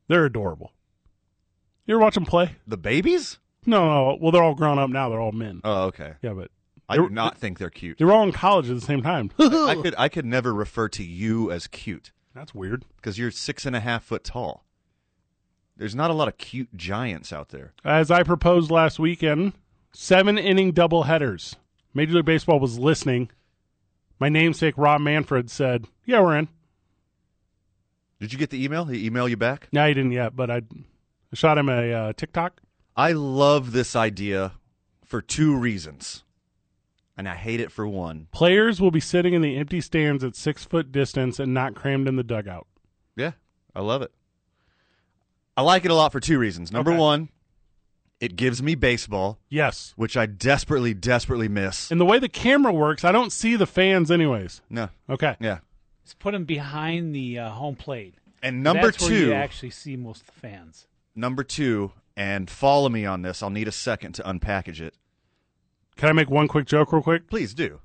They're adorable. You ever watch them play?
the babies?
No, no. Well, they're all grown up now. They're all men.
Oh, okay.
Yeah, but
I do not think they're cute.
they were all in college at the same time.
I could I could never refer to you as cute
That's weird.
because you're six and a half foot tall. There's not a lot of cute giants out there.
As I proposed last weekend, seven inning double headers. Major League Baseball was listening. My namesake Rob Manfred said, "Yeah, we're in."
Did you get the email? He email you back?
No, he didn't yet, but I I shot him a uh, TikTok.
I love this idea for two reasons, and I hate it for one.
Players will be sitting in the empty stands at six foot distance and not crammed in the dugout.
Yeah, I love it. I like it a lot for two reasons. Number
Okay.
one, it gives me baseball,
Yes.
which I desperately, desperately miss.
And the way the camera works, I don't see the fans, anyways.
No,
Okay.
yeah.
Let's put them behind the uh, home plate.
And number
That's where
two,
you actually see most of the fans.
number two, and follow me on this. I'll need a second to unpackage it.
Can I make one quick joke, real quick?
Please do.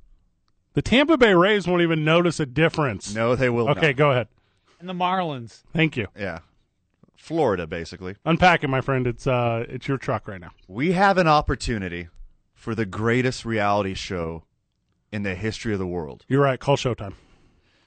The Tampa Bay Rays won't even notice a difference.
No, they will.
Okay,
not.
go ahead.
And the Marlins.
Thank you.
Yeah, Florida, basically.
Unpack it, my friend. It's uh, it's your truck right now.
We have an opportunity for the greatest reality show in the history of the world.
You're right. Call Showtime.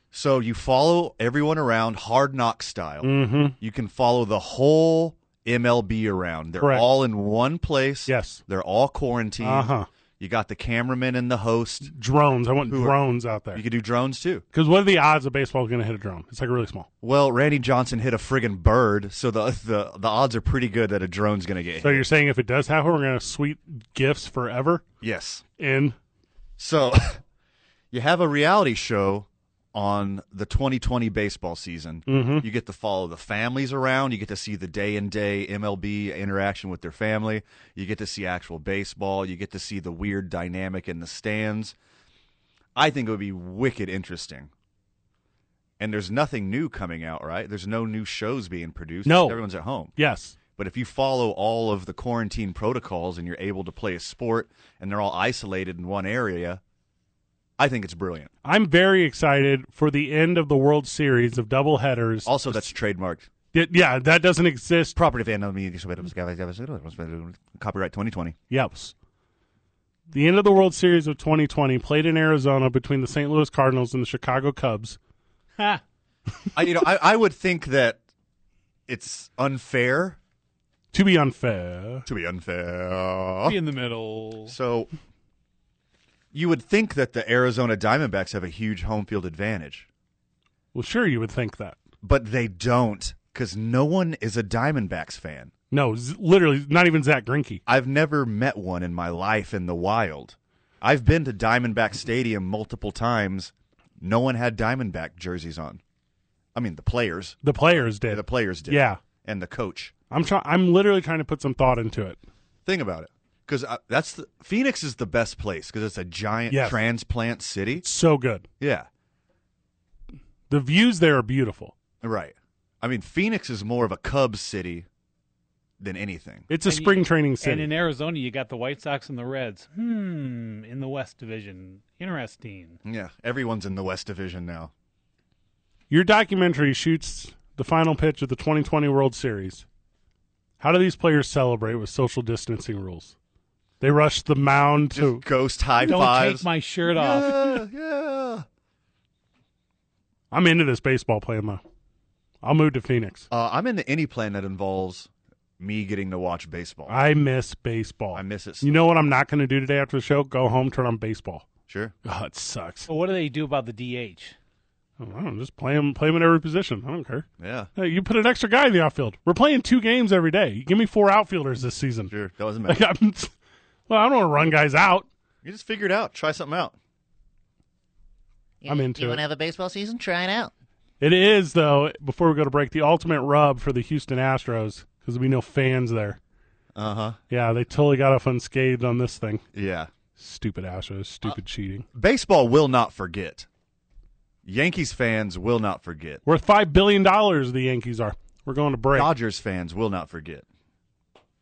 So you follow everyone around hard knock style.
Mm-hmm.
You can follow the whole MLB around. They're
Correct.
all in one place.
Yes.
They're all quarantined.
Uh huh.
You got the cameraman and the host.
Drones. I want
Who are-
drones out there.
You could do drones too.
Because what are the odds a baseball is going to hit a drone? It's like really small.
Well, Randy Johnson hit a friggin' bird, so the the the odds are pretty good that a drone's gonna get hit.
So you're saying if it does happen, we're going to sweet gifts forever
yes.
in
So you have a reality show on the 2020 baseball season. You get to follow the families around. You get to see the day in day MLB interaction with their family. You get to see actual baseball. You get to see the weird dynamic in the stands. I think it would be wicked interesting. And there's nothing new coming out, right? There's no new shows being produced.
No.
Everyone's at home.
yes.
But if you follow all of the quarantine protocols and you're able to play a sport and they're all isolated in one area, I think it's brilliant.
I'm very excited for the end of the World Series of doubleheaders.
Also, that's trademarked.
It- yeah, that doesn't exist.
Property of enemy copyright 2020.
Yep. The end of the World Series of 2020 played in Arizona between the St. Louis Cardinals and the Chicago Cubs.
Ha!
I, you know, I, I would think that it's unfair
To be unfair,
to be unfair.
Be in the middle.
So you would think that the Arizona Diamondbacks have a huge home field advantage,
well, sure you would think that.
but they don't because no one is a Diamondbacks fan.
No, z- literally, not even Zach Greinke.
I've never met one in my life in the wild. I've been to Diamondback Stadium multiple times. No one had Diamondback jerseys on. I mean, the players.
The players did.
The players did.
Yeah.
And the coach.
I'm trying. I'm literally trying to put some thought into it.
Think about it. Because that's the, Phoenix is the best place because it's a giant
Yes.
transplant city.
It's so good.
Yeah.
The views there are beautiful.
Right. I mean, Phoenix is more of a Cubs city than anything.
It's a
And you-
spring training
And
city.
in Arizona, you got the White Sox and the Reds. Hmm, in the West Division. Interesting.
Yeah. Everyone's in the West Division now.
Your documentary shoots the final pitch of the 2020 World Series. How do these players celebrate with social distancing rules? They rush the mound to.
Just ghost high
Don't
fives.
take my shirt off.
yeah, yeah.
I'm into this baseball plan, though. I'll move to Phoenix.
Uh, I'm into any plan that involves me getting to watch baseball.
I miss baseball.
I miss it so
You know what I'm not going to do today after the show? Go home, turn on baseball.
Sure.
Oh, it sucks. Oh,
So what do they do about the DH?
I don't know, just play him, play him at every position. I don't care.
Yeah.
Hey, you put an extra guy in the outfield. We're playing two games every day. You give me four outfielders this season.
Sure. That wasn't
Like,
bad.
I'm, well, I don't want to run guys out.
You just figure it out. Try something out.
You-
I'm into
You
it.
want to have a baseball season? Try it out.
It is, though, before we go to break, the ultimate rub for the Houston Astros because there'll be no fans there.
Uh huh.
Yeah, they totally got off unscathed on this thing.
Yeah.
Stupid Astros, stupid cheating.
Baseball will not forget. Yankees fans will not forget.
Worth $5 billion, the Yankees are. We're going to break.
Dodgers fans will not forget.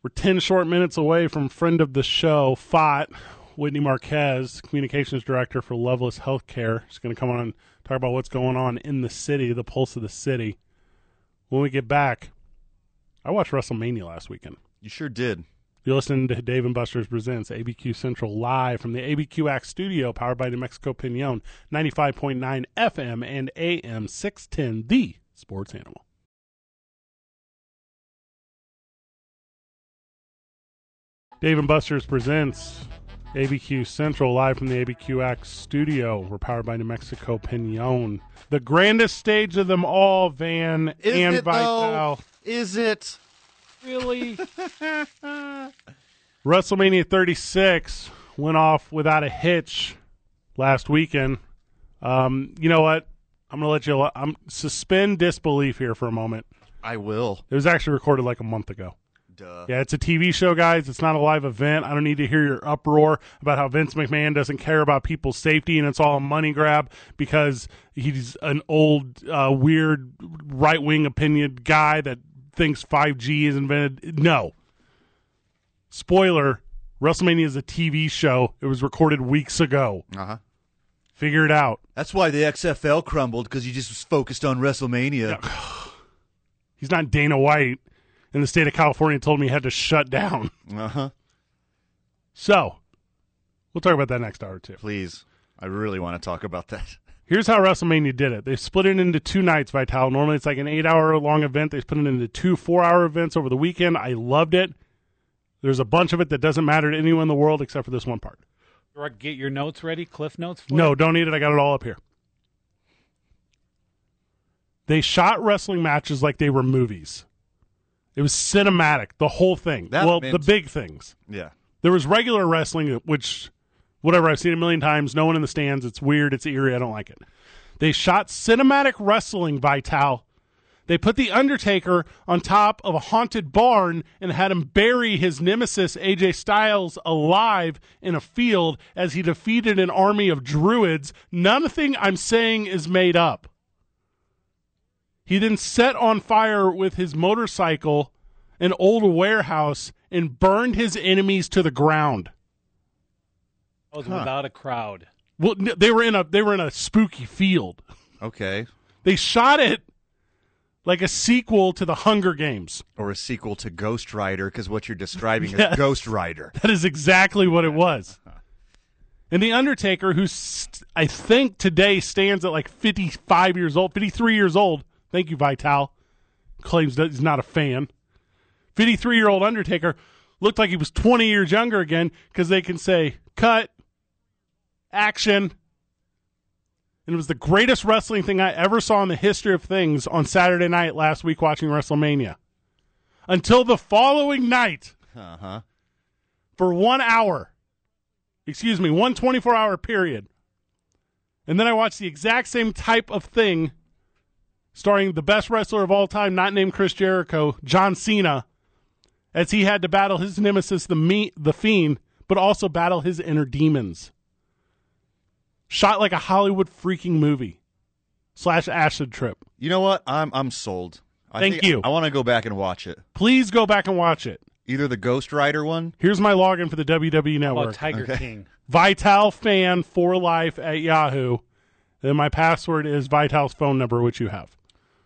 We're 10 short minutes away from friend of the show, Fott, Whitney Marquez, communications director for Loveless Healthcare. She's going to come on and talk about what's going on in the city, the pulse of the city. When we get back, I watched WrestleMania last weekend.
You sure did.
You're listening to Dave and Buster's Presents ABQ Central live from the ABQ Act studio, powered by New Mexico Pinon, 95.9 FM and AM 610, the sports animal. Dave and Buster's presents ABQ Central live from the ABQ Act studio. We're powered by New Mexico Pinon. The grandest stage of them all, Van and Vital.
Is it?
Really?
WrestleMania 36 went off without a hitch last weekend. Um, you know what? I'm gonna let you. I'm suspend disbelief here for a moment.
I will.
It was actually recorded like a month ago.
Duh.
Yeah, it's a TV show, guys. It's not a live event. I don't need to hear your uproar about how Vince McMahon doesn't care about people's safety and it's all a money grab because he's an old, uh, weird, right wing opinion guy that thinks 5G is invented. No. Spoiler WrestleMania is a TV show. It was recorded weeks ago.
Uh huh.
Figure it out.
That's why the XFL crumbled because you just was focused on WrestleMania.
He's not Dana White in the state of California told me he had to shut down.
Uh huh.
So we'll talk about that next hour, too.
Please, I really want to talk about that.
Here's how WrestleMania did it. They split it into two nights, Vital. Normally it's like an eight hour long event. They split it into two four hour events over the weekend. I loved it. There's a bunch of it that doesn't matter to anyone in the world except for this one part.
Or Get your notes ready. Cliff notes. For
No,
you?
don't need it. I got it all up here. They shot wrestling matches like they were movies. It was cinematic, the whole thing.
That
well,
meant-
the big things.
Yeah.
There was regular wrestling, which, whatever, I've seen a million times. No one in the stands. It's weird. It's eerie. I don't like it. They shot cinematic wrestling, Vital. They put The Undertaker on top of a haunted barn and had him bury his nemesis, AJ Styles, alive in a field as he defeated an army of druids. Nothing I'm saying is made up. He then set on fire with his motorcycle an old warehouse and burned his enemies to the ground.
That was without a crowd.
Well, n- they were in a they were in a spooky field.
Okay.
They shot it like a sequel to the Hunger Games.
Or a sequel to Ghost Rider because what you're describing
Yes.
is Ghost Rider.
That is exactly what it was. And the Undertaker, who st- I think today stands at like 55 years old, 53 years old. Thank you, Vital. Claims that he's not a fan. 53 year old Undertaker looked like he was 20 years younger again because they can say cut, action. And it was the greatest wrestling thing I ever saw in the history of things on Saturday night last week watching WrestleMania. Until the following night
Uh huh.
for one hour. Excuse me, one 24 hour period. And then I watched the exact same type of thing starring the best wrestler of all time, not named Chris Jericho, John Cena, as he had to battle his nemesis, the, me- the Fiend, but also battle his inner demons. Shot like a Hollywood freaking movie slash acid trip.
You know what? I'm I'm sold. I
Thank
think-
you.
I want to go back and watch it.
Please go back and watch it.
Either the Ghost Rider one.
Here's my login for the E WWE
How about
Network.
Tiger King?
Vital fan for life at Yahoo. And my password is Vital's phone number, which you have.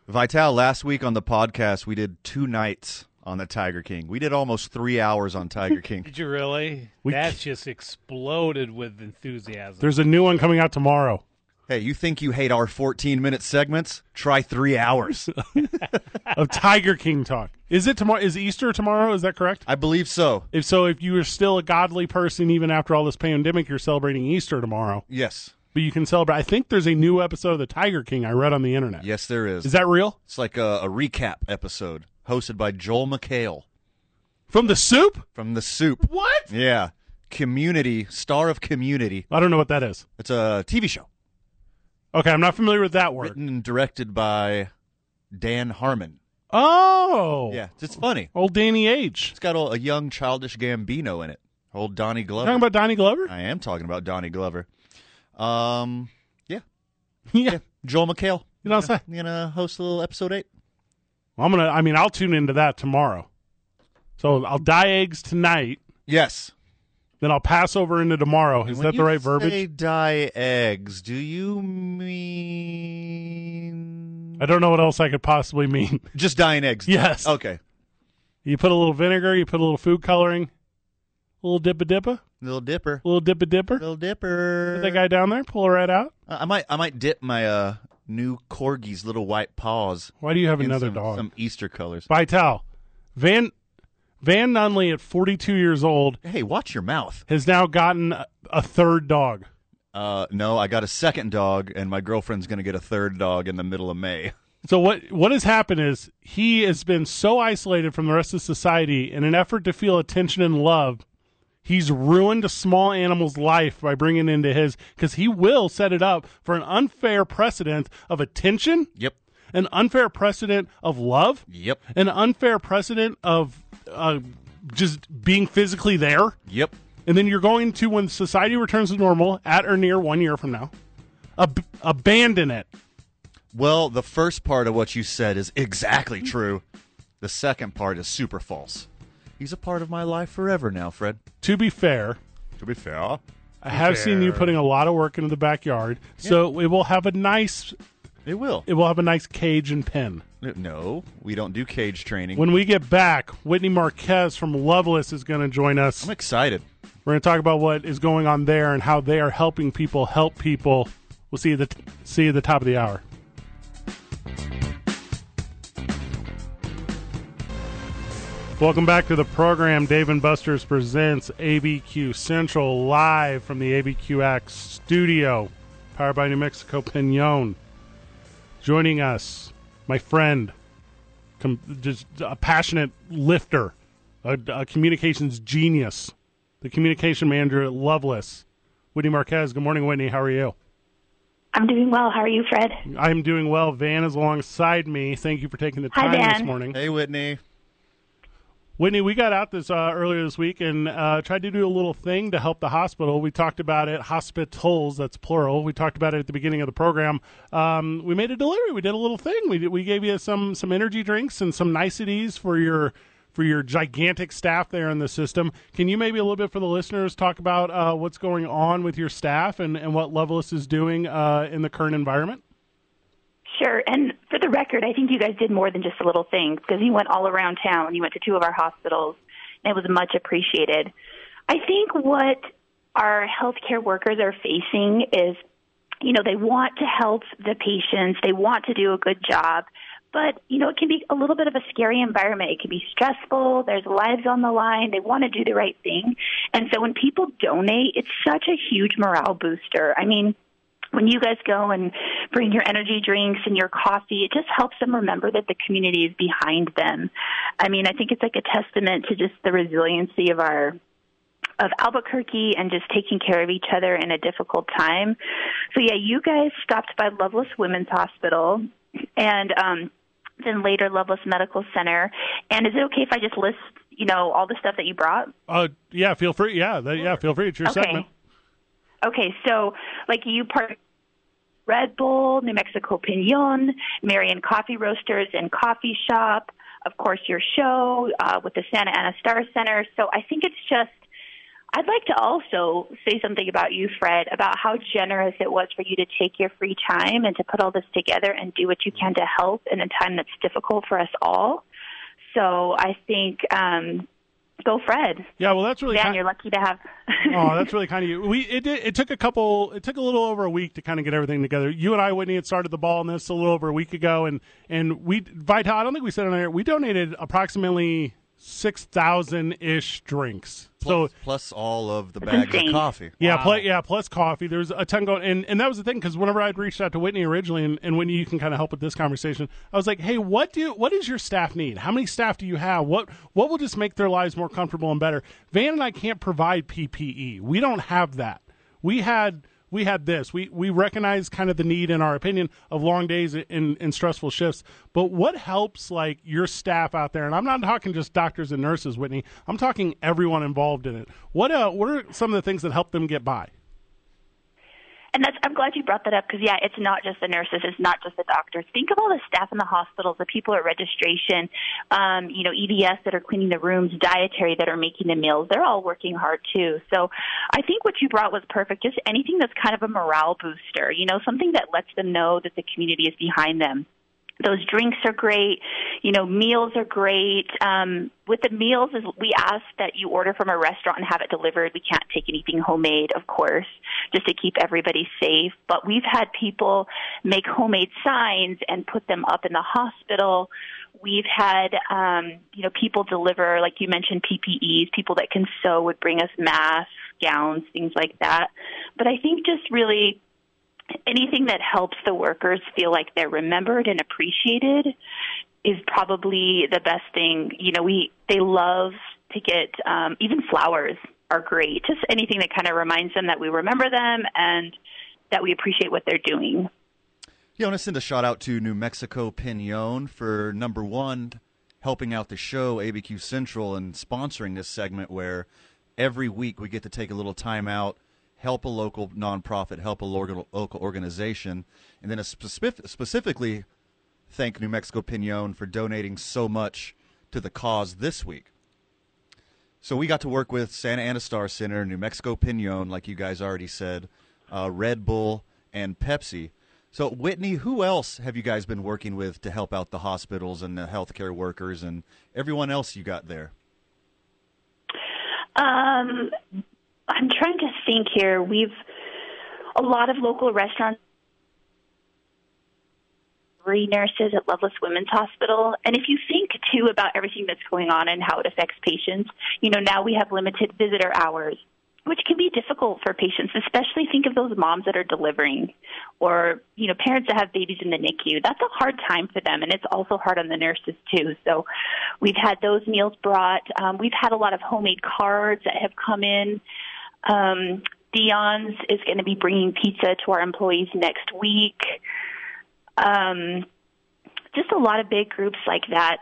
Vital, last week on the podcast, we did two nights on the Tiger King. We did almost three hours on Tiger King.
Did you really?
We
That's just exploded with enthusiasm.
There's a new one coming out tomorrow.
hey, you think you hate our 14 minute segments? Try three hours.
of Tiger King talk. Is it tomorrow? Is Easter tomorrow? Is that correct?
I believe so.
If so, if you are still a godly person even after all this pandemic, you're celebrating Easter tomorrow.
Yes.
But you can celebrate. I think there's a new episode of The Tiger King I read on the internet.
Yes, there is.
Is that real?
it's like a, a recap episode hosted by Joel McHale
From the soup?
from The Soup.
What?
Yeah. Community, star of Community.
I don't know what that is.
It's a TV show
Okay, I'm not familiar with that word.
written and directed by Dan Harmon.
Oh.
Yeah, it's funny.
Old Danny H.
It's got a, a young, childish Gambino in it. Old Donnie Glover.
Talking about Donnie Glover?
I am talking about Donnie Glover. Um,
yeah.
Joel McHale.
You know what I'm saying?
You gonna host a little episode eight?
Well, I'm gonna I mean I'll tune into that tomorrow. So I'll dye eggs tonight,
Yes. then
then I'll pass over into tomorrow. Is
when
that the
you
right verbiage?
Say die eggs. Do you mean
I don't know what else I could possibly mean.
just dying eggs?
Yes.
Okay.
You put a little vinegar, you put a little food coloring, a little dippa dippa,
Little Dipper.
a little dippa dipper.
Little Dipper.
That guy down there, pull her right out.
I I might. I might dip my uh new corgi's little white paws.
Why do you have
in
another
some,
dog?
Some Easter colors.
Vital. Van Van Nunley at 42 years old
Hey, watch your mouth.
has now gotten a, a third dog.
Uh, no, I got a second dog, and my girlfriend's gonna get a third dog in the middle of May.
So what what has happened is he has been so isolated from the rest of society in an effort to feel attention and love. He's ruined a small animal's life by bringing it into his because he will set it up for an unfair precedent of attention
Yep.
an unfair precedent of love,
Yep.
an unfair precedent of uh, just being physically there.
Yep.
And then you're going to, when society returns to normal, at or near one year from now, ab- abandon it.
Well, the first part of what you said is exactly true. The second part is super false. He's a part of my life forever now, Fred.
To be fair,
To be fair.
I have seen you putting a lot of work into the backyard, so it will have a nice,
It will.
it will have a nice cage and pen.
no, we don't do cage training.
When we get back, Whitney Marquez from Loveless is going to join us.
I'm excited.
We're going to talk about what is going on there and how they are helping people help people. We'll see you at the see you at the top of the hour. Welcome back to the program. Dave and Buster's presents ABQ Central live from the ABQX studio, powered by New Mexico Pinon. Joining us, my friend, com- just a passionate lifter, a, a communications genius, the communication manager at Loveless, Whitney Marquez. Good morning, Whitney. How are you?
I'm doing well. How are you, Fred?
I'm doing well. Van is alongside me. Thank you for taking the
Hi,
time this
Van.
morning.
Hey, Whitney.
Whitney, we got out this uh, earlier this week and uh, tried to do a little thing to help the hospital. We talked about it, hospitals, that's plural. We talked about it at the beginning of the program. Um, we made a delivery. We did a little thing. We did, we gave you some some energy drinks and some niceties for your for your gigantic staff there in the system. Can you maybe a little bit for the listeners talk about uh, what's going on with your staff and and what Loveless is doing uh, in the current environment?
Sure. And for the record, I think you guys did more than just a little thing because you went all around town. You went to two of our hospitals, and it was much appreciated. I think what our healthcare workers are facing is, you know, they want to help the patients, they want to do a good job, but, you know, it can be a little bit of a scary environment. It can be stressful, there's lives on the line, they want to do the right thing. And so when people donate, it's such a huge morale booster. I mean, when you guys go and bring your energy drinks and your coffee, it just helps them remember that the community is behind them. I mean, I think it's like a testament to just the resiliency of our of Albuquerque and just taking care of each other in a difficult time. So yeah, you guys stopped by Loveless Women's Hospital and um then later Loveless Medical Center. And is it okay if I just list, you know, all the stuff that you brought?
Uh, yeah, feel free. Yeah, that, yeah, feel free. It's your
Okay.
segment.
Okay, so like you part Red Bull, New Mexico Pinon, Marion Coffee Roasters and Coffee Shop, of course your show uh, with the Santa Ana Star Center. So I think it's just I'd like to also say something about you, Fred, about how generous it was for you to take your free time and to put all this together and do what you can to help in a time that's difficult for us all. So I think um, go, Fred.
Yeah, well, that's really
Man,
kind-
you're lucky to have.
oh, that's really kind of you. We it did, it took a couple, it took a little over a week to kind of get everything together. You and I, Whitney, had started the ball on this a little over a week ago, and and we Vital, I don't think we said it on air. We donated approximately six thousand ish drinks. So
Plus, plus all of the bags of
insane.
coffee.
yeah, pla- yeah, plus coffee. There's a ton going, and and that was the thing because whenever I'd reached out to Whitney originally, and, and Whitney, you can kind of help with this conversation. I was like, hey, what do what does your staff need? How many staff do you have? What what will just make their lives more comfortable and better? Van and I can't provide PPE. We don't have that. We had we had this. We we recognize kind of the need, in our opinion, of long days and, and stressful shifts. But what helps like your staff out there? And I'm not talking just doctors and nurses, Whitney. I'm talking everyone involved in it. What uh, what are some of the things that help them get by?
And that's, I'm glad you brought that up because, yeah, it's not just the nurses, it's not just the doctors. Think of all the staff in the hospitals, the people at registration, um, you know, EDS that are cleaning the rooms, dietary that are making the meals. They're all working hard too. So I think what you brought was perfect. Just anything that's kind of a morale booster, you know, something that lets them know that the community is behind them those drinks are great. You know, meals are great. Um, with the meals, is we ask that you order from a restaurant and have it delivered. We can't take anything homemade, of course, just to keep everybody safe. But we've had people make homemade signs and put them up in the hospital. We've had, um, you know, people deliver, like you mentioned, PPEs. People that can sew would bring us masks, gowns, things like that. But I think just really anything that helps the workers feel like they're remembered and appreciated is probably the best thing. You know, we they love to get um, even flowers are great. Just anything that kind of reminds them that we remember them and that we appreciate what they're doing.
Yeah, I want to send a shout out to New Mexico Pinon for number one, helping out the show ABQ Central and sponsoring this segment where every week we get to take a little time out, help a local nonprofit, help a local, local organization, and then a specif- specifically thank New Mexico Pinon for donating so much to the cause this week. So we got to work with Santa Ana Star Center, New Mexico Pinon, like you guys already said, uh, Red Bull, and Pepsi. So Whitney, who else have you guys been working with to help out the hospitals and the healthcare workers and everyone else you got there?
Um, I'm trying to think here. We've a lot of local restaurants, three nurses at Loveless Women's Hospital, and if you think too about everything that's going on and how it affects patients, you know now we have limited visitor hours. Which can be difficult for patients, especially think of those moms that are delivering or, you know, parents that have babies in the NICU. That's a hard time for them, and it's also hard on the nurses, too. So we've had those meals brought. Um, we've had a lot of homemade cards that have come in. Um, Dion's is going to be bringing pizza to our employees next week. Um, just a lot of big groups like that,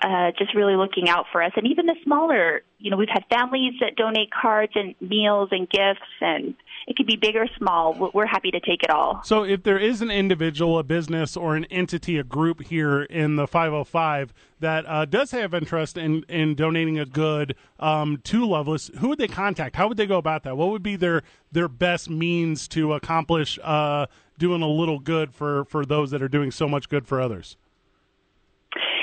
uh, just really looking out for us. And even the smaller, you know, we've had families that donate cards and meals and gifts, and it could be big or small. We're- We're happy to take it all.
So if there is an individual, a business, or an entity, a group here in the 505 that uh, does have interest in, in donating a good um, to Loveless, who would they contact? How would they go about that? What would be their their best means to accomplish uh, doing a little good for, for those that are doing so much good for others?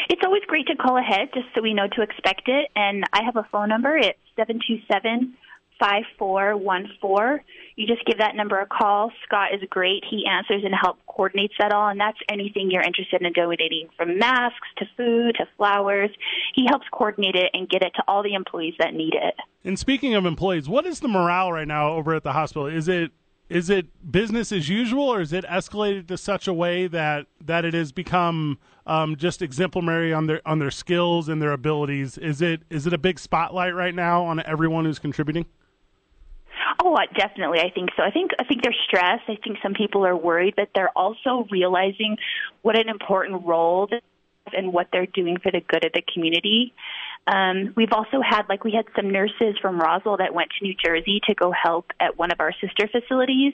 It's always great to call ahead just so we know to expect it. And I have a phone number. It's seven two seven five four one four. You just give that number a call. Scott is great. He answers and help coordinates that all. And that's anything you're interested in donating from masks to food to flowers. He helps coordinate it and get it to all the employees that need it.
And speaking of employees, what is the morale right now over at the hospital? Is it is it business as usual, or is it escalated to such a way that that it has become um, just exemplary on their on their skills and their abilities? Is it is it a big spotlight right now on everyone who's contributing?
Oh, I- definitely. I think so. I think I think they're stressed. I think some people are worried, but they're also realizing what an important role they have and what they're doing for the good of the community. Um, we've also had like we had some nurses from Roswell that went to New Jersey to go help at one of our sister facilities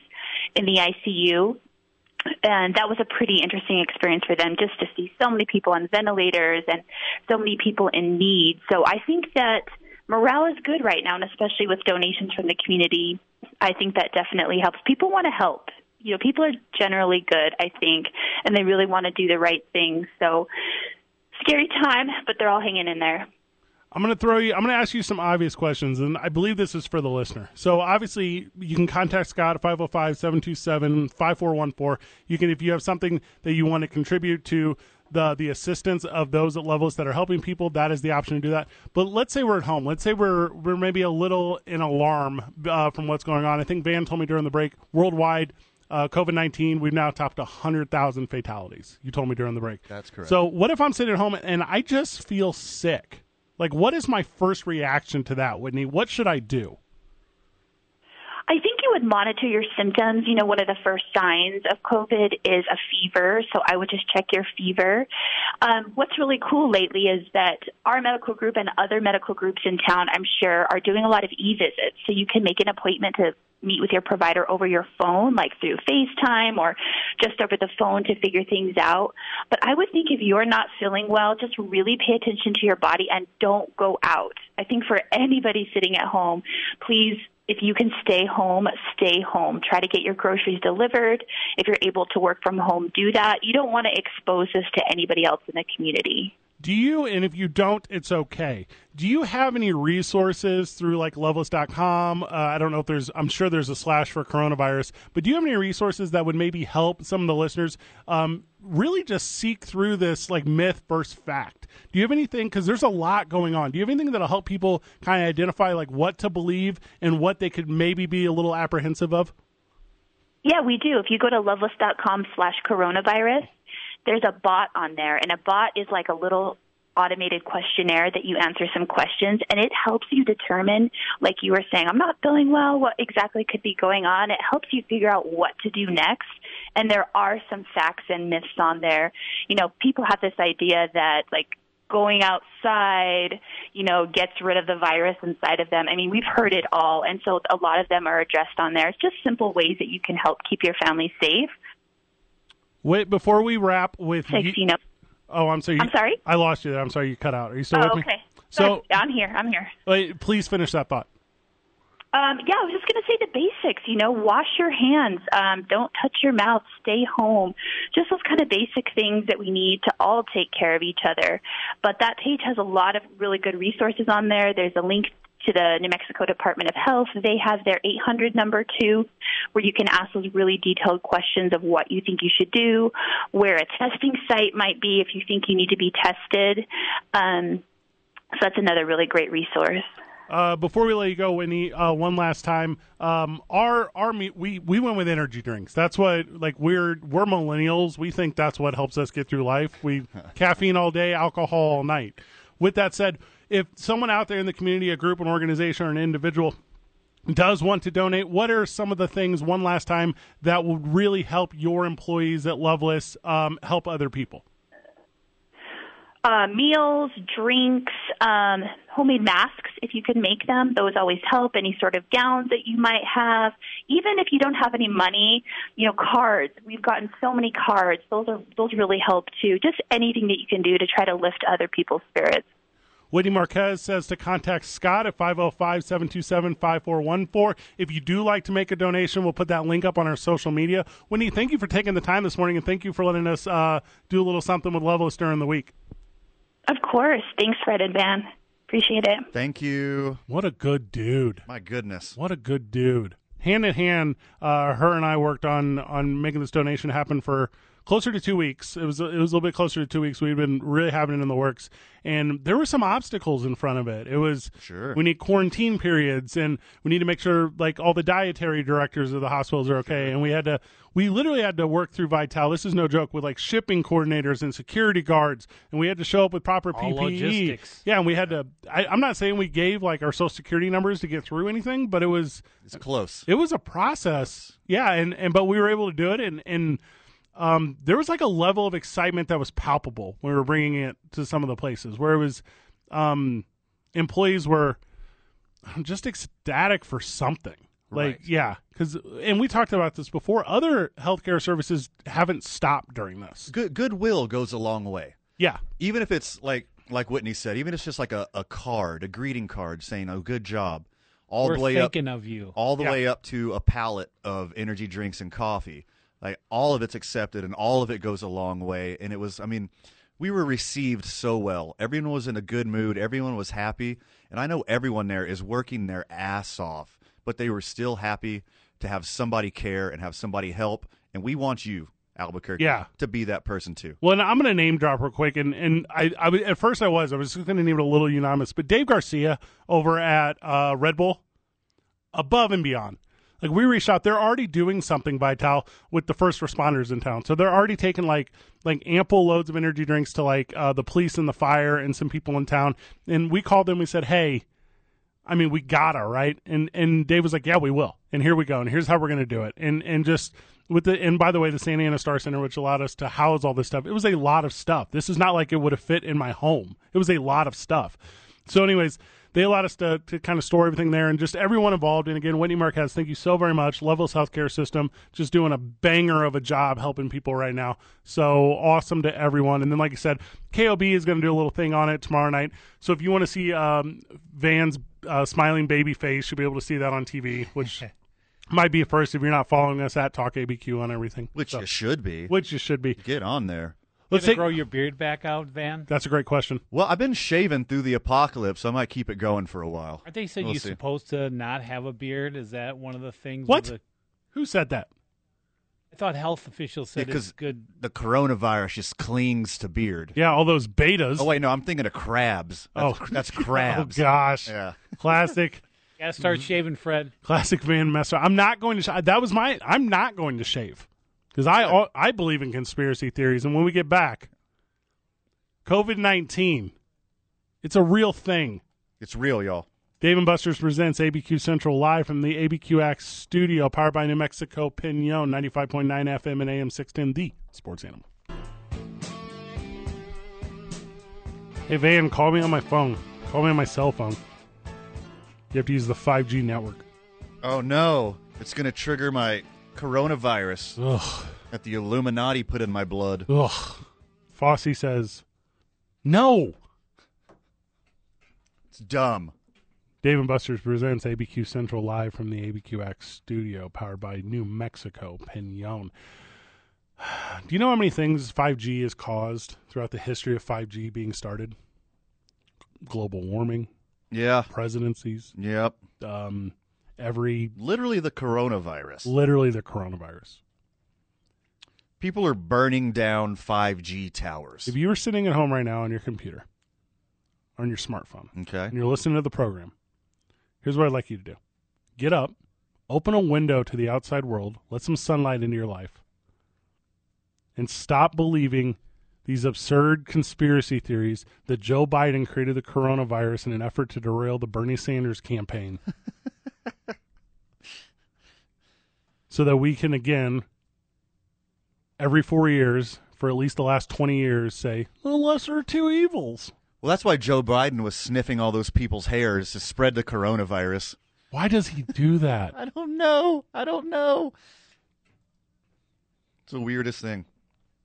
in the ICU. And that was a pretty interesting experience for them just to see so many people on ventilators and so many people in need. So I think that morale is good right now, and especially with donations from the community, I think that definitely helps. People want to help. You know, people are generally good, I think, and they really want to do the right thing. So, scary time, but they're all hanging in there.
I'm going to throw you. I'm going to ask you some obvious questions, and I believe this is for the listener. So obviously, you can contact Scott at 505-727-5414. You can, if you have something that you want to contribute to the the assistance of those at levels that are helping people, that is the option to do that. But let's say we're at home. Let's say we're we're maybe a little in alarm uh, from what's going on. I think Van told me during the break worldwide. Uh, COVID 19, we've now topped 100,000 fatalities. You told me during the break.
That's correct.
So, what if I'm sitting at home and I just feel sick? Like, what is my first reaction to that, Whitney? What should I do?
I think you would monitor your symptoms. You know, one of the first signs of COVID is a fever, so I would just check your fever. Um, what's really cool lately is that our medical group and other medical groups in town, I'm sure, are doing a lot of e visits. So you can make an appointment to meet with your provider over your phone, like through FaceTime or just over the phone to figure things out. But I would think if you're not feeling well, just really pay attention to your body and don't go out. I think for anybody sitting at home, please if you can stay home, stay home. Try to get your groceries delivered. If you're able to work from home, do that. You don't want to expose this to anybody else in the community.
Do you, and if you don't, it's okay. Do you have any resources through like loveless.com? Uh, I don't know if there's, I'm sure there's a slash for coronavirus, but do you have any resources that would maybe help some of the listeners um, really just seek through this like myth versus fact? Do you have anything? Because there's a lot going on. Do you have anything that'll help people kind of identify like what to believe and what they could maybe be a little apprehensive of?
Yeah, we do. If you go to loveless.com slash coronavirus, there's a bot on there, and a bot is like a little automated questionnaire that you answer some questions, and it helps you determine, like you were saying, I'm not feeling well, what exactly could be going on. It helps you figure out what to do next. And there are some facts and myths on there. You know, people have this idea that, like, going outside, you know, gets rid of the virus inside of them. I mean, we've heard it all. And so a lot of them are addressed on there. It's just simple ways that you can help keep your family safe.
Wait, before we wrap with
Like, you know,
Oh, I'm sorry.
I'm sorry?
I lost you there. I'm sorry you cut out. Are you still
oh,
with me?
okay.
So,
I'm here. I'm here.
wait, please finish that thought.
Um, yeah, I was just going to say the basics. You know, wash your hands. Um, don't touch your mouth. Stay home. Just those kind of basic things that we need to all take care of each other. But that page has a lot of really good resources on there. There's a link to the New Mexico Department of Health. They have their 800 number too, where you can ask those really detailed questions of what you think you should do, where a testing site might be if you think you need to be tested. Um, so that's another really great resource.
Uh, before we let you go, Whitney, uh, one last time. Um, our our me- we we went with energy drinks. That's what like we're we're millennials. We think that's what helps us get through life. We caffeine all day, alcohol all night. With that said, if someone out there in the community, a group, an organization, or an individual does want to donate, what are some of the things one last time that would really help your employees at Loveless um, help other people?
uh, meals, drinks, um, homemade masks if you can make them. Those always help. Any sort of gowns that you might have, even if you don't have any money, you know, cards. We've gotten so many cards. Those are those really help too. Just anything that you can do to try to lift other people's spirits.
Whitney Marquez says to contact Scott at 505 727 5414. If you do like to make a donation, we'll put that link up on our social media. Whitney, thank you for taking the time this morning and thank you for letting us uh, do a little something with Loveless during the week.
Of course. Thanks, Fred and Van. Appreciate it.
Thank you.
What a good dude.
My goodness.
What a good dude. Hand in hand, uh, her and I worked on on making this donation happen for closer to two weeks. It was it was a little bit closer to two weeks. We've been really having it in the works, and there were some obstacles in front of it. It was
Sure.
we need quarantine periods, and we need to make sure like all the dietary directors of the hospitals are okay. And we had to we literally had to work through Vital. This is no joke with like shipping coordinators and security guards, and we had to show up with proper
All
PPE.
logistics.
E. Yeah, and we had to. I, I'm not saying we gave like our social security numbers to get through anything, but it was
It's close.
it was a process. Yeah, and and but we were able to do it, and and um, there was like a level of excitement that was palpable when we were bringing it to some of the places where it was um, employees were I'm just ecstatic for something. Like
Right.
yeah, because and we talked about this before. Other healthcare services haven't stopped during this.
Good goodwill goes a long way.
Yeah,
Even if it's like like Whitney said, even if it's just like a, a card, a greeting card saying, "Oh, good job," all
We're
the way
thinking
up,
of you.
all the way up to a pallet of energy drinks and coffee. Like all of it's accepted, and all of it goes a long way. And it was, I mean, we were received so well. Everyone was in a good mood. Everyone was happy, and I know everyone there is working their ass off, but they were still happy to have somebody care and have somebody help. And we want you, Albuquerque,
Yeah.
to be that person too.
Well, and I'm going to name drop real quick, and and I, I w- at first I was I was just going to name it a little unanimous, but Dave Garcia over at uh, Red Bull, above and beyond. Like we reached out, they're already doing something Vital with the first responders in town, so they're already taking like like ample loads of energy drinks to like uh, the police and the fire and some people in town, and we called them. We said, hey. I mean, we gotta right, and and Dave was like, "Yeah, we will," and here we go, and here's how we're gonna do it, and and just with the and by the way, the Santa Ana Star Center, which allowed us to house all this stuff, it was a lot of stuff. This is not like it would have fit in my home. It was a lot of stuff. So, anyways, they allowed us to to kind of store everything there, and just everyone involved. And again, Whitney Marquez, thank you so very much. Loveless Healthcare System, just doing a banger of a job helping people right now. So awesome to everyone. And then, like I said, KOB is going to do a little thing on it tomorrow night. So if you want to see um, Van's uh, smiling baby face. You'll be able to see that on TV, which might be a first if you're not following us at Talk ABQ on everything,
Which
So-
you should be.
which you should be.
Get on there.
Let's
Gonna
take.
grow your beard back out, Van.
That's a great question.
Well, I've been shaving through the apocalypse. I might keep it going for a while.
I think you said
We'll
you're
see.
supposed to not have a beard. Is that one of the things?
What?
with the-
Who said that?
I thought health officials said
Because-
it's good.
The coronavirus just clings to beard.
Yeah, all those betas.
Oh wait, no, I'm thinking of crabs. That's,
Oh.
that's
Oh,
crabs.
gosh,
Yeah.
classic,
Gotta
Mm-hmm.
start shaving, Fred.
classic Van Messer. I'm not going to. Sh- that was my. I'm not going to shave because I al- I believe in conspiracy theories. And when we get back, COVID nineteen, it's a real thing.
It's real, y'all.
Dave and Buster's presents ABQ Central live from the ABQX studio, powered by New Mexico Pinon, 95.9 FM and AM 610, the sports animal. Hey, Van, call me on my phone. Call me on my cell phone. You have to use the 5G network.
Oh no, it's gonna trigger my coronavirus
Ugh.
that the Illuminati put in my blood.
Ugh. Fossey says, no.
It's dumb.
Dave and Buster's presents ABQ Central live from the ABQX studio, powered by New Mexico Pinon. Do you know how many things 5G has caused throughout the history of 5G being started? Global warming,
Yeah.
presidencies,
Yep.
um, every
Literally the coronavirus.
literally the coronavirus.
People are burning down 5G towers.
If you were sitting at home right now on your computer, on your smartphone,
Okay.
and you're listening to the program, here's what I'd like you to do get up, open a window to the outside world, let some sunlight into your life, and stop believing these absurd conspiracy theories that Joe Biden created the coronavirus in an effort to derail the Bernie Sanders campaign so that we can again, every four years, for at least the last 20 years, say, the lesser of two evils.
Well, that's why Joe Biden was sniffing all those people's hairs to spread the coronavirus.
Why does he do that?
I don't know. I don't know. It's the weirdest thing.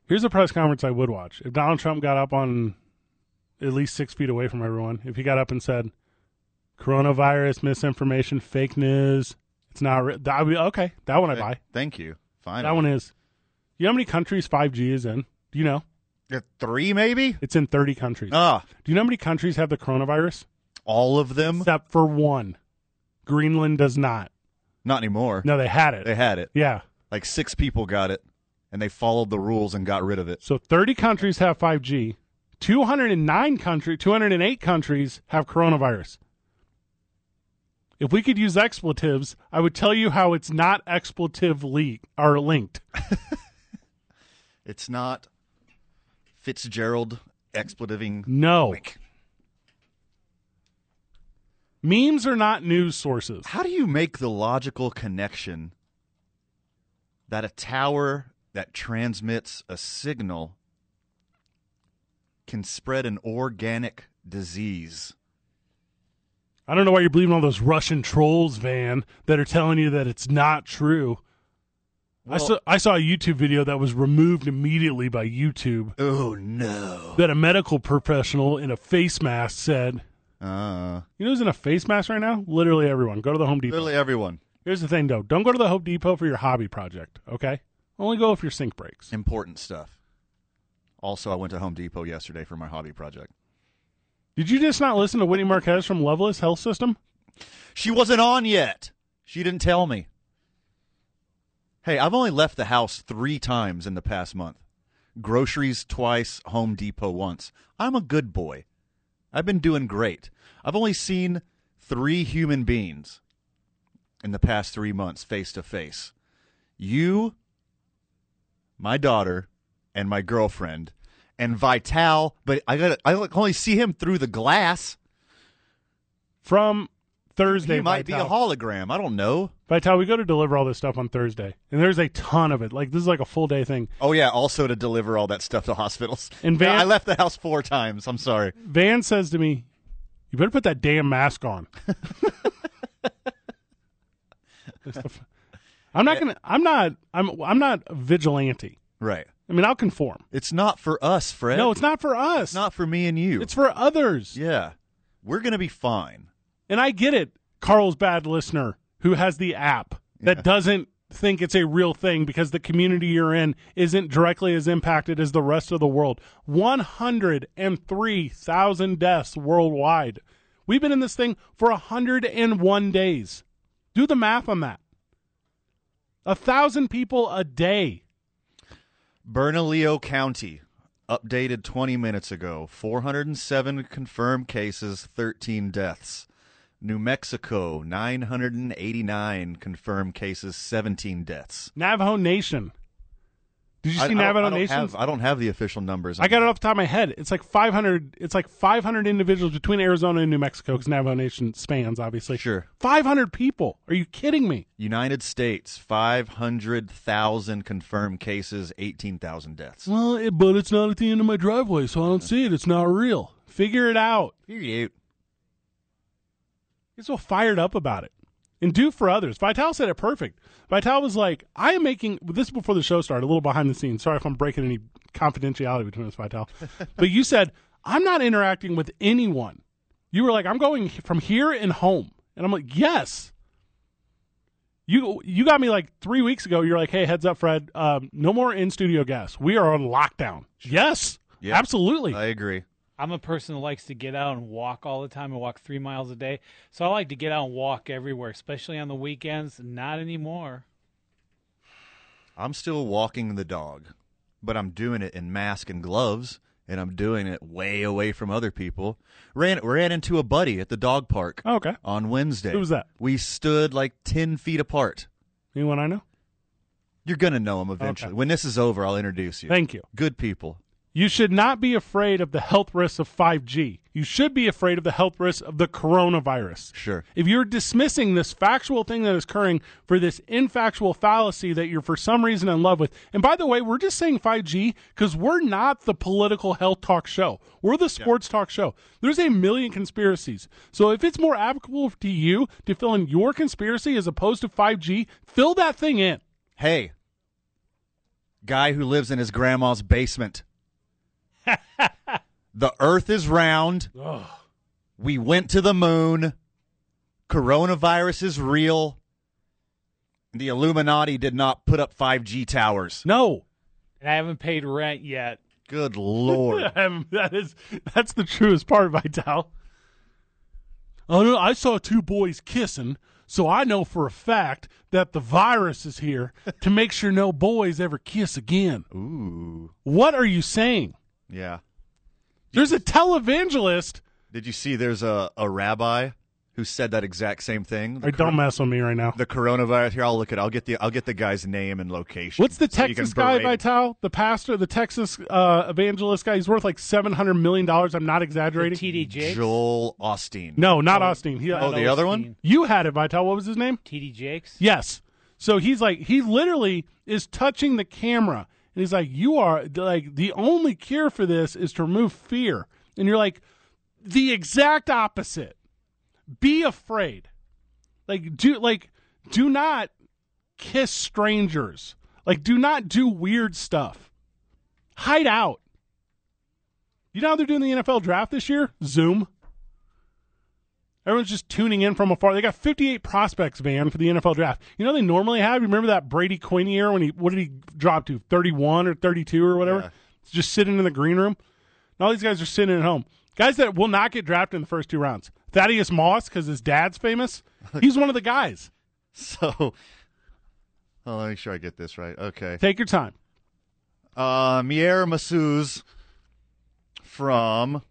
Here's a press conference I would watch. If Donald Trump got up on at least six feet away from everyone, if he got up and said, coronavirus, misinformation, fake news, it's not real. I'd be, okay, that one I buy.
Thank you. Fine.
That one is. You know how many countries 5G is in? Do you know?
Uh, three, maybe?
It's in 30 countries.
Ah,
Do you know how many countries have the coronavirus?
all of them?
Except for one. Greenland does not.
Not anymore.
No, they had it.
They had it.
yeah.
Like six people got it, and they followed the rules and got rid of it.
So 30 countries have 5G. 209 country, 208 countries have coronavirus. If we could use expletives, I would tell you how it's not expletive leak or linked.
It's not Fitzgerald expletiving.
No.
Wink.
Memes are not news sources.
How do you make the logical connection that a tower that transmits a signal can spread an organic disease?
I don't know why you're believing all those Russian trolls, Van, that are telling you that it's not true. I
Well-
saw I saw a YouTube video that was removed immediately by YouTube
Oh no.
that a medical professional in a face mask said,
Uh,
"You know who's in a face mask right now? Literally everyone. Go to the Home Depot.
literally everyone.
Here's the thing though: don't go to the Home Depot for your hobby project. Okay, only go if your sink breaks.
Important stuff. Also, I went to Home Depot yesterday for my hobby project.
Did you just not listen to Whitney Marquez from Loveless Health System?
She wasn't on yet. She didn't tell me. Hey, I've only left the house three times in the past month groceries twice, Home Depot once. I'm a good boy. I've been doing great. I've only seen three human beings in the past three months face to face you, my daughter, and my girlfriend, and Vital. But I got I only see him through the glass.
From Thursday,
He might be a
Vital.
hologram. I don't know.
Vital, we go to deliver all this stuff on Thursday, and there's a ton of it. Like this is like a full day thing.
Oh yeah, also to deliver all that stuff to hospitals.
And Van-
Yeah, I left the house four times. I'm sorry.
Van says to me, "You better put that damn mask on." I'm not gonna. I'm not. I'm. I'm not vigilante.
Right.
I mean, I'll conform.
It's not for us, Fred.
No, it's not for us.
It's not for me and you.
It's for others.
yeah. We're gonna be fine.
And I get it, Carl's bad listener who has the app that doesn't think it's a real thing because the community you're in isn't directly as impacted as the rest of the world. 103,000 deaths worldwide. We've been in this thing for 101 days. Do the math on that. A thousand people a day.
Bernalillo County, updated 20 minutes ago. 407 confirmed cases, 13 deaths. New Mexico, 989 confirmed cases, 17 deaths.
Navajo Nation. Did you see
I- I don't-
Navajo
I don't
Nation?
have- I don't have the official numbers.
I got it off the top of my head. It's like 500. It's like 500 individuals between Arizona and New Mexico because Navajo Nation spans obviously.
Sure.
500 people. Are you kidding me?
United States, 500,000 confirmed cases, 18,000 deaths.
Well, it, but it's not at the end of my driveway, so I don't see it. It's not real. Figure it out.
Period.
Get so fired up about it, and do for others. Vital said it perfect. Vital was like, "I am making this is before the show started. A little behind the scenes. Sorry if I'm breaking any confidentiality between us, Vital. but you said I'm not interacting with anyone. You were like, I'm going from here and home, and I'm like, yes." you you got me like three weeks ago. You're like, hey, heads up, Fred. Um, no more in studio guests. We are on lockdown. Yes,
Yeah.
absolutely.
I agree.
I'm a person that likes to get out and walk all the time. I walk three miles a day. So I like to get out and walk everywhere, especially on the weekends. Not anymore.
I'm still walking the dog, but I'm doing it in mask and gloves, and I'm doing it way away from other people. Ran ran into a buddy at the dog park
oh, okay.
on Wednesday.
Who was that?
We stood like 10 feet apart.
Anyone I know?
You're going to know him eventually.
Okay.
When this is over, I'll introduce you.
Thank you.
Good people.
You should not be afraid of the health risks of 5G. You should be afraid of the health risks of the coronavirus.
Sure.
If you're dismissing this factual thing that is occurring for this infactual fallacy that you're for some reason in love with, and by the way, we're just saying 5G because we're not the political health talk show. We're the sports talk show. There's a million conspiracies. So if it's more applicable to you to fill in your conspiracy as opposed to 5G, fill that thing in.
Hey, guy who lives in his grandma's basement. the earth is round. We went to the moon. Coronavirus is real. The Illuminati did not put up 5G towers.
No.
And I haven't paid rent yet.
Good lord.
Um, that is that's the truest part, Vital. Oh no, I saw two boys kissing, so I know for a fact that the virus is here to make sure no boys ever kiss again.
Ooh.
What are you saying?
Yeah.
There's a televangelist.
Did you see there's a, a rabbi who said that exact same thing? The,
All right, don't mess with me right now.
the coronavirus here, I'll look at I'll get the I'll get the guy's name and location.
What's the
so you can
Texas guy,
berate him.
Vital? The pastor, the Texas uh, evangelist guy. He's worth like seven hundred million dollars. I'm not exaggerating.
TD Jakes.
Joel Austin.
no, not Austin. He,
Oh, the other one?
you had it, Vital. What was his name?
TD Jakes.
Yes. So he's like, he literally is touching the camera. And he's like, you are like, the only cure for this is to remove fear. And you're like, the exact opposite. Be afraid. Like, do, like, do not kiss strangers. Like, do not do weird stuff. Hide out. You know how they're doing the NFL draft this year? Zoom. Everyone's just tuning in from afar. They got 58 prospects, man, for the NFL draft. You know they normally have. You remember that Brady Quinn year when he what did he drop to 31 or 32 or whatever?
Yeah.
Just sitting in the green room. And all these guys are sitting at home. Guys that will not get drafted in the first two rounds. Thaddeus Moss because his dad's famous. He's one of the guys.
So, hold on, let me make sure I get this right. Okay.
Take your time.
Uh, Mier Massouz from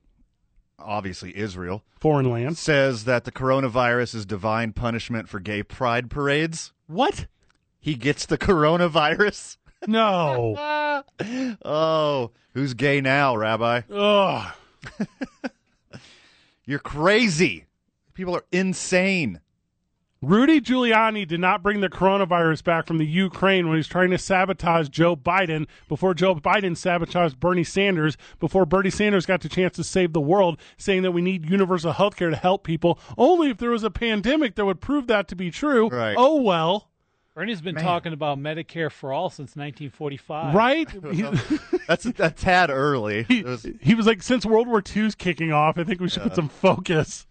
obviously Israel
Foreign lands.
says that the coronavirus is divine punishment for gay pride parades.
What?
He gets the coronavirus.
No.
Oh, who's gay now, Rabbi?
Ugh.
You're crazy. People are insane.
Rudy Giuliani did not bring the coronavirus back from the Ukraine when he was trying to sabotage Joe Biden before Joe Biden sabotaged Bernie Sanders before Bernie Sanders got the chance to save the world, saying that we need universal health care to help people. Only if there was a pandemic that would prove that to be true.
Right.
Oh, well.
Bernie's been talking about Medicare for all since 1945.
Right?
That's a, a tad early.
He,
There's,
he was like, since World War II's kicking off, I think we should put some focus.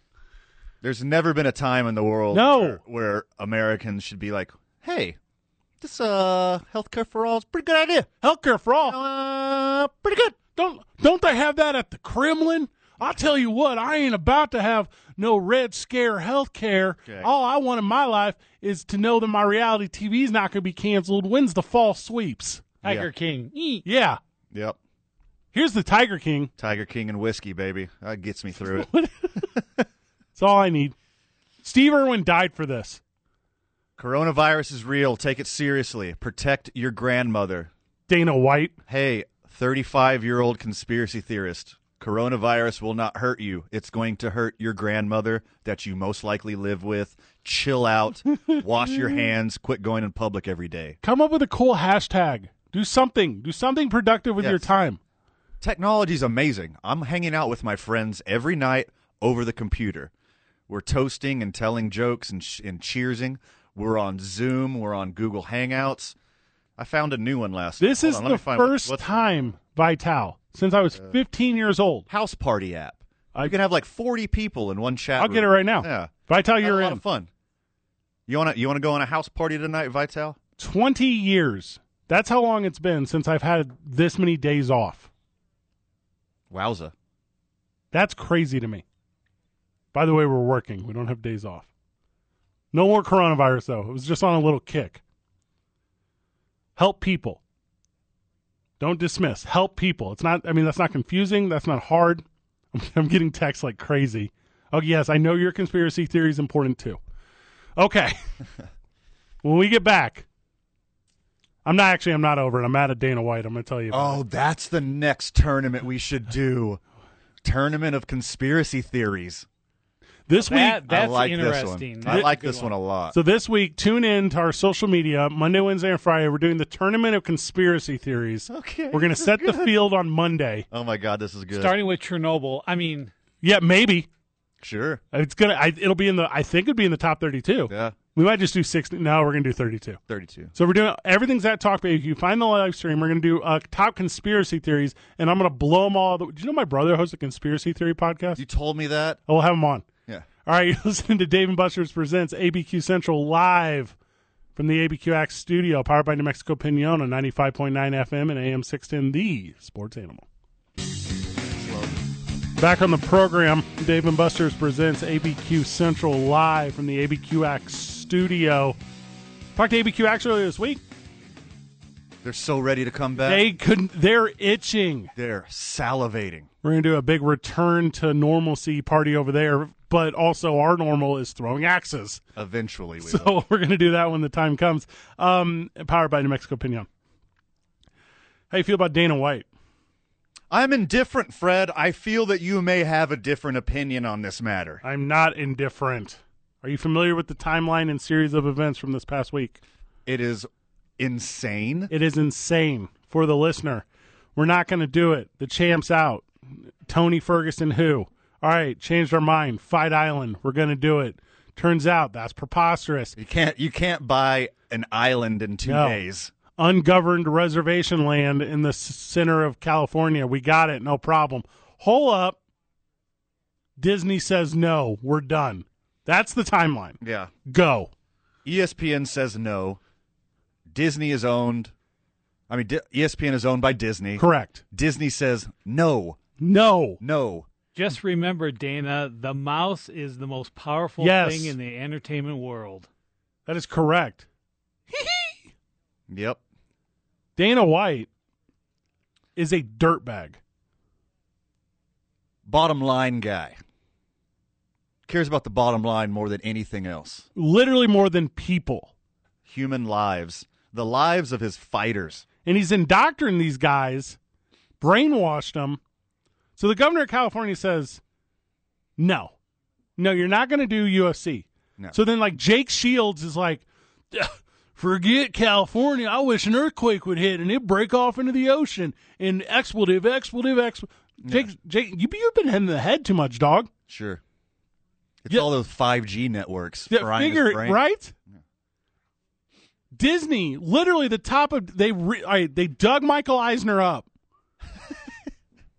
there's never been a time in the world
No.
where, where Americans should be like, "Hey, this uh healthcare for all is a pretty good idea.
Healthcare for all.
Uh, pretty good."
Don't don't they have that at the Kremlin? I tell you what, I ain't about to have no red scare health care.
Okay.
All I want in my life is to know that my reality TV is not going to be canceled. When's the fall sweeps?
Tiger
Yeah.
King. Eek.
Yeah,
Yep.
here's the Tiger King.
Tiger King and whiskey, baby. That gets me through it.
That's all I need. Steve Irwin died for this.
Coronavirus is real. Take it seriously. Protect your grandmother.
Dana White.
Hey, 35 year old conspiracy theorist. Coronavirus will not hurt you. It's going to hurt your grandmother that you most likely live with. Chill out. Wash your hands. Quit going in public every day.
Come up with a cool hashtag. Do something. Do something productive with
Yes.
your time.
Technology's amazing. I'm hanging out with my friends every night over the computer. We're toasting and telling jokes and, sh- and cheersing. We're on Zoom. We're on Google Hangouts. I found a new one last.
This
hold
is
on, let me
the
find what-
first
what's- Uh,
time Vital since I was 15 years old.
house party app.
I-
you can have like 40 people in one chat.
I'll
room.
get it right now.
Yeah,
Vital,
That's
you're
a
in.
lot of fun. You wanna you wanna go on a house party tonight, Vital?
20 years. That's how long it's been since I've had this many days off.
Wowza!
That's crazy to me. By the way, we're working. We don't have days off. No more coronavirus, though. It was just on a little kick. Help people. Don't dismiss. Help people. It's not, I mean, that's not confusing. That's not hard. I'm getting texts like crazy. Oh, yes, I know your conspiracy theory is important too. Okay. when we get back, I'm not actually, I'm not over it. I'm mad at Dana White. I'm going to tell you. about
Oh, that's the next tournament we should do. tournament of conspiracy theories.
it. This week,
That, that's
I like
interesting.
this one.
That's
I
a
like
good
this one. a lot.
So this week, tune in to our social media Monday, Wednesday, and Friday. We're doing the tournament of conspiracy theories.
Okay,
We're going
this
to
is
set the field on Monday.
oh my god, this is good.
Starting with Chernobyl. I mean,
Yeah, maybe
sure.
it's gonna. I, it'll be in the. I think it'd be in the top thirty-two.
Yeah.
We might just do sixty. No, we're going to do thirty-two.
32.
So we're doing everything's at Talk Baby. If you find the live stream, we're going to do uh, top conspiracy theories, and I'm going to blow them all. Do you know my brother hosts a conspiracy theory podcast?
You told me that?
I will have him on.
Yeah.
All right, you're listening to Dave and Buster's presents ABQ Central live from the ABQ Axe studio, powered by New Mexico Pinon on 95.9 FM and AM 610, the sports animal. Back on the program, Dave and Buster's presents ABQ Central live from the ABQ Axe studio. Talked to ABQ Axe earlier this week.
They're so ready to come back.
They couldn't, they're itching.
They're salivating.
We're going to do a big return to normalcy party over there, but also our normal is throwing axes.
Eventually we will.
So we're going to do that when the time comes. Um, powered by New Mexico Pinion. How you feel about Dana White?
I'm indifferent, Fred. I feel that you may have a different opinion on this matter.
I'm not indifferent. Are you familiar with the timeline and series of events from this past week?
It is insane.
It is insane for the listener. We're not going to do it. The champ's out. Tony Ferguson, who? All right, changed our mind. Fight Island. We're going to do it. Turns out that's preposterous.
You can't you can't buy an island in two
No.
days.
ungoverned reservation land in the s- center of California. We got it, no problem. Hole up. Disney says no, we're done. That's the timeline.
Yeah. E
Go.
ESPN says no. Disney is owned. I mean, Di- E ESPN is owned by Disney.
Correct.
Disney says no,
No.
no.
Just remember, Dana, the mouse is the most powerful
Yes.
thing in the entertainment world.
That is correct.
Yep.
Dana White is a dirtbag.
Bottom line guy cares about the bottom line more than anything else.
Literally more than people.
Human lives, the lives of his fighters.
and he's indoctrinated these guys, brainwashed them. So the governor of California says, "No, no, you're not going to do UFC."
No.
So then, like Jake Shields is like, "Forget California. I wish an earthquake would hit and it'd break off into the ocean." And expletive, expletive, expletive. Jake, Jake, you you've been hitting the head too much, dog.
Sure. It's
Yeah.
all those 5G networks.
Yeah,
frying his
figure it,
brain.
right? Disney, literally the top of they re, all right, they dug Michael Eisner up,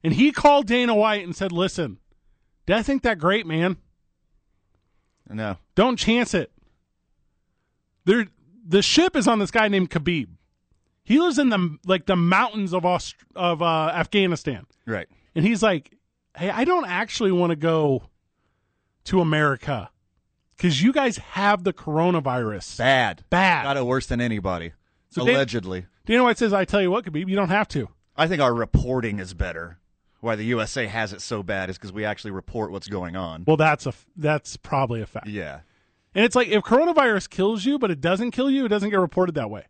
and he called Dana White and said, "Listen, I think that great man.
No.
Don't chance it. There, the ship is on this guy named Khabib. He lives in the like the mountains of Aust- of uh, Afghanistan,
Right.
and he's like, "Hey, I don't actually want to go to America because you guys have the coronavirus."
Bad.
Bad.
Got it worse than anybody.
So they-
allegedly.
Dana White says, I tell you what, Khabib, you don't have to.
I think our reporting is better. Why the USA has it so bad is because we actually report what's going on.
Well, that's a that's probably a fact.
Yeah.
And it's like if coronavirus kills you, but it doesn't kill you, it doesn't get reported that way.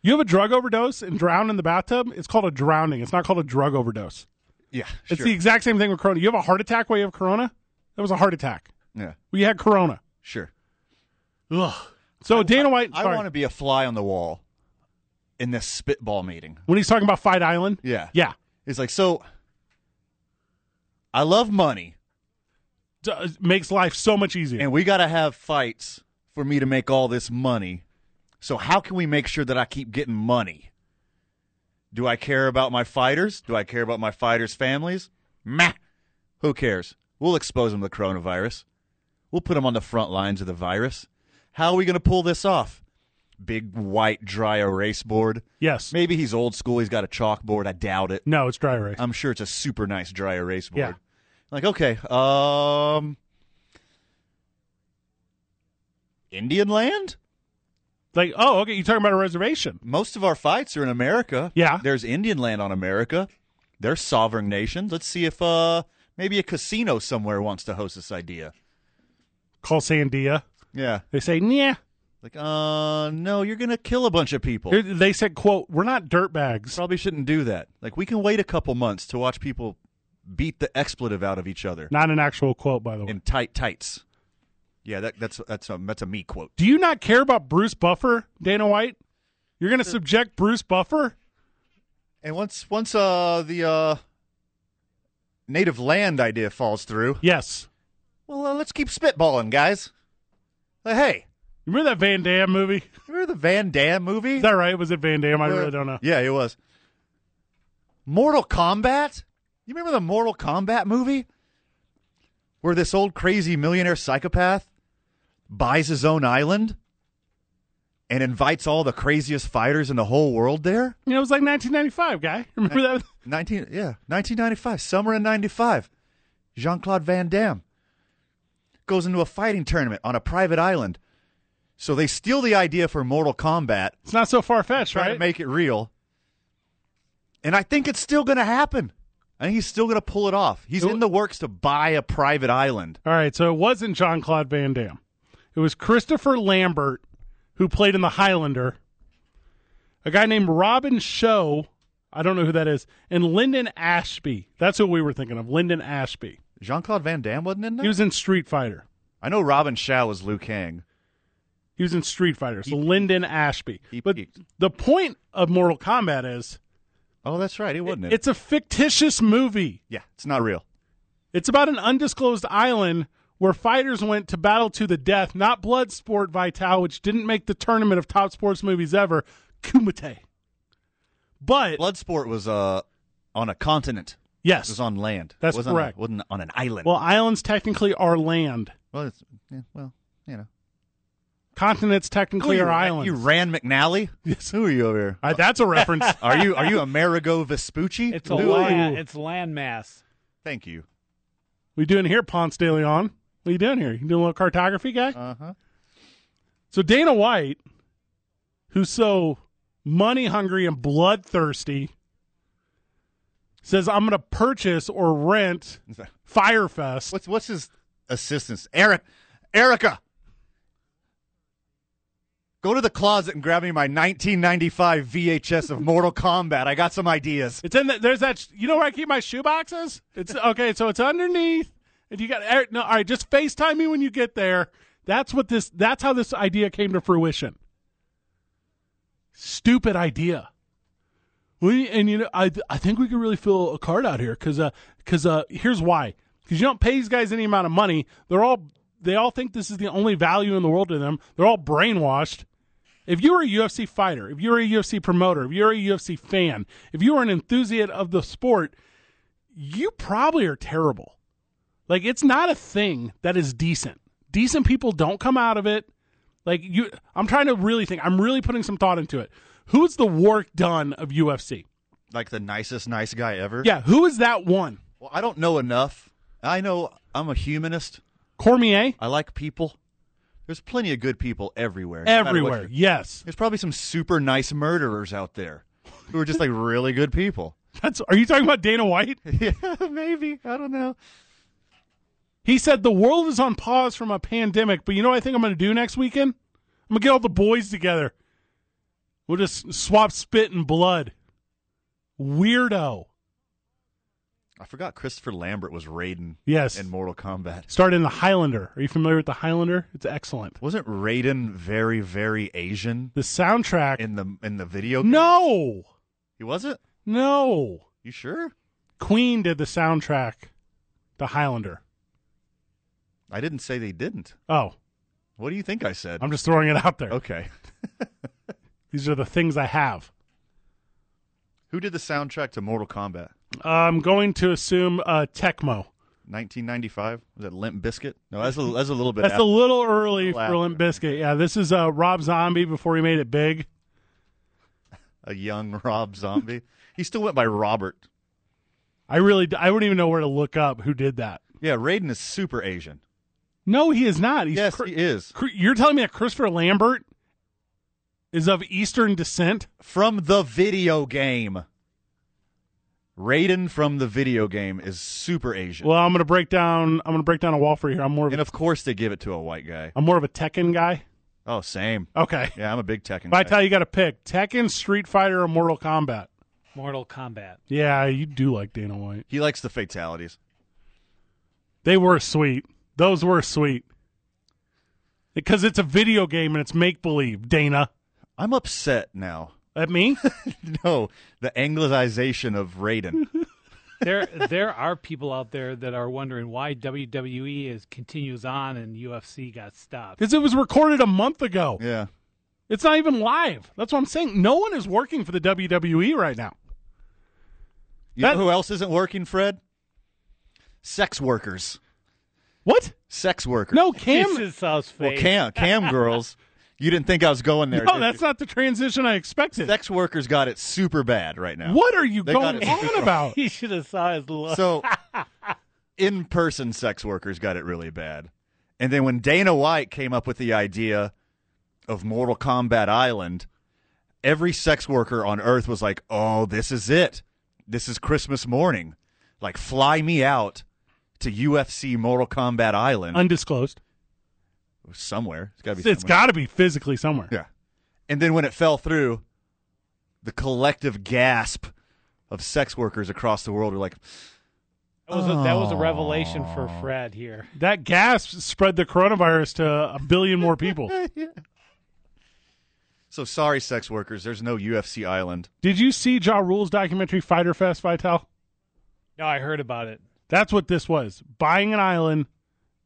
You have a drug overdose and drown in the bathtub. It's called a drowning. It's not called a drug overdose.
Yeah.
It's
sure.
the exact same thing with corona. You have a heart attack while you have corona. That was a heart attack.
yeah.
We had corona.
Sure.
Ugh. So Dana White,
I
sorry,
want to be a fly on the wall in this spitball meeting.
when he's talking about Fight Island,
Yeah.
yeah,
It's like, so I love money,
D- uh, makes life so much easier.
and we got to have fights for me to make all this money. So, how can we make sure that I keep getting money? Do I care about my fighters? Do I care about my fighters' families? Meh. Who cares? We'll expose them to the coronavirus. We'll put them on the front lines of the virus. How are we going to pull this off? Big white dry erase board.
yes,
Maybe he's old school. He's got a chalkboard. I doubt it.
no, it's dry erase.
I'm sure it's a super nice dry erase board.
Yeah.
Like, okay, um, Indian land.
like, oh, okay, you're talking about a reservation.
Most of our fights are in America.
Yeah.
There's Indian land on America. They're sovereign nations. Let's see if uh maybe a casino somewhere wants to host this idea.
Call Sandia.
Yeah.
They say, nah,
Like, uh, no, you're gonna kill a bunch of people.
Here- They said, "quote We're not dirtbags."
Probably shouldn't do that. Like, we can wait a couple months to watch people beat the expletive out of each other
Not an actual quote, by the way.
in tight tights. Yeah, that, that's that's a that's a me quote.
Do you not care about Bruce Buffer, Dana White? You're going to subject Bruce Buffer?
And once once uh the uh native land idea falls through,
Yes.
well uh, let's keep spitballing, guys. Uh, hey,
You remember that Van Damme movie?
remember the Van Damme movie?
Is that right? Was it Van Damme? I
Uh,
really don't know.
Yeah, it was. Mortal Kombat? You remember the Mortal Kombat movie? Where this old crazy millionaire psychopath buys his own island and invites all the craziest fighters in the whole world there?
You know, it was like 1995, guy. Remember that?
19 yeah 1995 summer in 95 jean-claude van damme goes into a fighting tournament on a private island so they steal the idea for mortal kombat
It's not so far fetched,
try
right?
to make it real and i think it's still gonna happen i think he's still gonna pull it off he's
It w-
in the works to buy a private island
All right, so it wasn't Jean Claude Van Damme. It was Christopher Lambert, who played in The Highlander, a guy named Robin Show. I don't know who that is. And Lyndon Ashby. That's what we were thinking of. Lyndon Ashby.
jean-claude van damme wasn't in there
He was in Street Fighter.
i know robin shaw was liu kang
He was in Street Fighter. So Lyndon Ashby.
He
but
peaked.
the point of Mortal Kombat is
oh that's right he wasn't in it
it's a fictitious movie.
yeah it's not real
It's about an undisclosed island where fighters went to battle to the death, not blood sport Vital, which didn't make the tournament of top sports movies ever. Kumite. But
Bloodsport was uh, on a continent. It
yes,
was on land.
That's
It wasn't on-
correct.
wasn't on an island.
well, islands technically are land.
well, it's, yeah, well you know.
Continents technically
Oh, you,
are islands.
You ran McNally? Yes. Who are you over here?
All right, that's a reference.
Are you are you Amerigo Vespucci?
It's a
Who are you?
land. It's landmass.
Thank you.
we doing here, Ponce de Leon? What are you doing here? You doing a little cartography, guy?
Uh huh.
So Dana White, who's so money hungry and bloodthirsty, says, "I'm going to purchase or rent Firefest."
What's what's his assistance? Eric, Erica, go to the closet and grab me my 1995 VHS of Mortal Kombat. I got some ideas.
It's in the, there's that. sh- You know where I keep my shoe boxes? It's okay. So it's underneath. And you got Eric, no. All right, just Facetime me when you get there. That's what this. That's how this idea came to fruition. Stupid idea. We and you know I I think we could really fill a card out here because uh because uh here's why because you don't pay these guys any amount of money. They're all they all think this is the only value in the world to them. They're all brainwashed. If you were a UFC fighter, if you were a UFC promoter, if you're a UFC fan, if you were an enthusiast of the sport, you probably are terrible. Like it's not a thing that is decent. Decent people don't come out of it. Like you I'm trying to really think. I'm really putting some thought into it. Who's the work done of UFC?
Like the nicest nice guy ever.
Yeah, who is that one?
Well, I don't know enough. I know I'm a humanist.
Cormier?
I like people. There's plenty of good people everywhere. no matter what
Everywhere.
you-
Yes.
There's probably some super nice murderers out there who are just like really good people.
That's Are you talking about Dana White?
yeah, maybe. I don't know.
He said the world is on pause from a pandemic, but you know what I think I'm going to do next weekend? I'm going to get all the boys together. We'll just swap spit and blood. Weirdo.
I forgot Christopher Lambert was Raiden
Yes.
in Mortal Kombat.
Started in the Highlander. Are you familiar with the Highlander? It's excellent.
Wasn't Raiden very, very Asian
The soundtrack.
in the in the video? game?
no.
he wasn't.
No.
You sure?
Queen did the soundtrack. The Highlander.
I didn't say they didn't.
Oh,
What do you think I said?
I'm just throwing it out there.
okay.
These are the things I have.
Who did the soundtrack to Mortal Kombat?
I'm going to assume uh, Tecmo.
1995 was that Limp Biscuit? No, that's a, that's a little bit.
That's
after.
a little early
Little
for Limp Biscuit. Yeah, this is uh, Rob Zombie before he made it big.
a young Rob Zombie. he still went by Robert.
I really, d- I wouldn't even know where to look up who did that.
Yeah, Raiden is super Asian.
No, he is not. He's
yes,
Chr-
he is
Chr- you're telling me that Christopher Lambert is of Eastern descent?
from the video game. Raiden from the video game is super Asian,
Well, I'm gonna break down. I'm gonna break down a wall for you here. I'm more of,
and
a,
of course they give it to a white guy.
I'm more of a Tekken guy.
Oh, same.
Okay.
Yeah, I'm a big Tekken.
If I
guy.
tell you, you got to pick Tekken, Street Fighter, or Mortal Kombat.
Mortal Kombat.
Yeah, you do like Dana White.
He likes the fatalities.
They were sweet. Those were sweet. Because it's a video game and it's make believe. Dana,
I'm upset now.
at me.
No, the anglicization of Raiden.
There, there are people out there that are wondering why WWE is continues on and UFC got stopped.
Because it was recorded a month ago.
yeah.
It's not even live. That's what I'm saying. No one is working for the WWE right now.
You
That-
know who else isn't working, Fred? Sex workers.
What?
Sex workers.
No,
This
Cam.
is South
Well,
Face.
cam cam girls. You didn't think I was going there.
No,
did
that's
you?
not the transition I expected.
Sex workers got it super bad right now.
What are you
They got
going
it.
on about?
He should have saw his look.
So, in person sex workers got it really bad. And then when Dana White came up with the idea of Mortal Kombat Island, every sex worker on earth was like, oh, this is it. This is Christmas morning. Like, fly me out to UFC Mortal Kombat Island
Undisclosed.
somewhere. It's got to be
It's
somewhere.
got to be physically somewhere.
Yeah. And then when it fell through, the collective gasp of sex workers across the world were like,
that, was a, that was a revelation for Fred here.
That gasp spread the coronavirus to a billion more people.
so sorry, sex workers. There's no UFC Island.
Did you see Ja Rule's documentary Fighter Fest, Vital?
No, I heard about it.
That's what this was. Buying an island,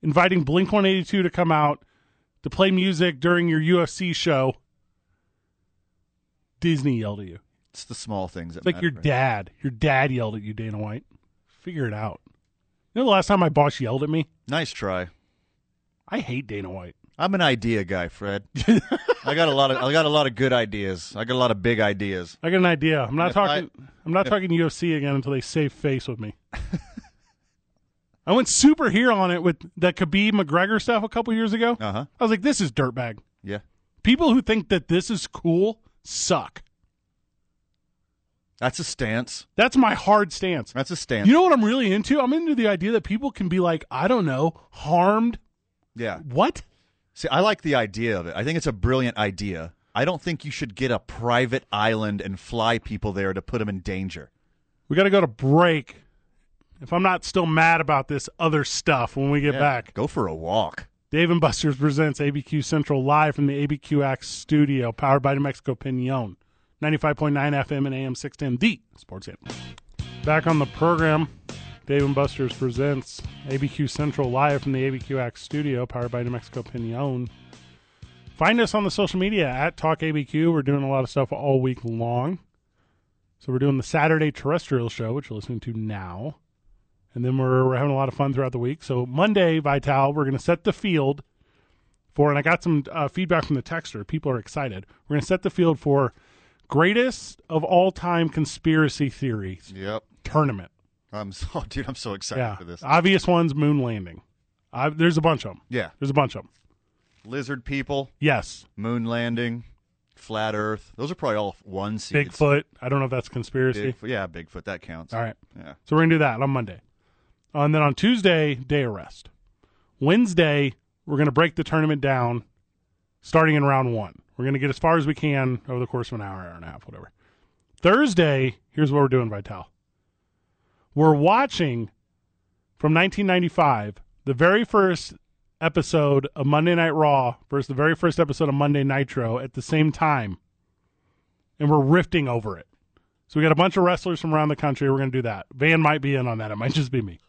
inviting Blink 182 to come out to play music during your UFC show. Disney yelled at you.
It's the small things that
It's like
matter.
your dad. Your dad yelled at you, Dana White. Figure it out. You know the last time my boss yelled at me?
Nice try.
I hate Dana White.
I'm an idea guy, Fred. I got a lot of I got a lot of good ideas. I got a lot of big ideas.
I got an idea. I'm not
If I-
talking I'm not talking UFC again until they save face with me. I went superhero on it with that Khabib McGregor stuff a couple years ago.
Uh huh.
I was like, this is dirtbag.
Yeah.
People who think that this is cool suck.
That's a stance.
That's my hard stance.
That's a stance.
You know what I'm really into? I'm into the idea that people can be like, I don't know, harmed.
yeah.
What?
See, I like the idea of it. I think it's a brilliant idea. I don't think you should get a private island and fly people there to put them in danger.
We got to go to break. If I'm not still mad about this other stuff when we get
Yeah.
back,
Go for a walk.
Dave and Buster's presents ABQ Central live from the ABQ Axe studio, powered by New Mexico Pinon. 95.9 FM and AM 610, the sports hit. Back on the program, Dave and Buster's presents ABQ Central live from the ABQ Axe studio, powered by New Mexico Pinon. Find us on the social media at Talk ABQ. We're doing a lot of stuff all week long. So we're doing the Saturday Terrestrial Show, which you're listening to now and then we're, we're having a lot of fun throughout the week. So Monday, Vital, we're going to set the field for, and I got some uh, feedback from the texter. People are excited. We're going to set the field for greatest of all time conspiracy theories
Yep.
tournament.
I'm so, dude. I'm so excited
Yeah,
for this.
obvious ones: moon landing. I, there's a bunch of them.
Yeah.
There's a bunch of them.
Lizard people,
Yes,
moon landing, flat Earth. Those are probably all one seeds.
Bigfoot. I don't know if that's conspiracy.
Bigfoot. Yeah, Bigfoot. That counts.
All right.
Yeah.
So we're gonna do that on Monday, Uh, and then on Tuesday, day of rest. Wednesday, we're gonna break the tournament down, starting in round one. We're gonna get as far as we can over the course of an hour, hour and a half, whatever. Thursday, here's what we're doing, Vital. We're watching from 1995 the very first episode of Monday Night Raw versus the very first episode of Monday Nitro at the same time, and we're rifting over it. So we got a bunch of wrestlers from around the country. We're going to do that. Van might be in on that. It might just be me.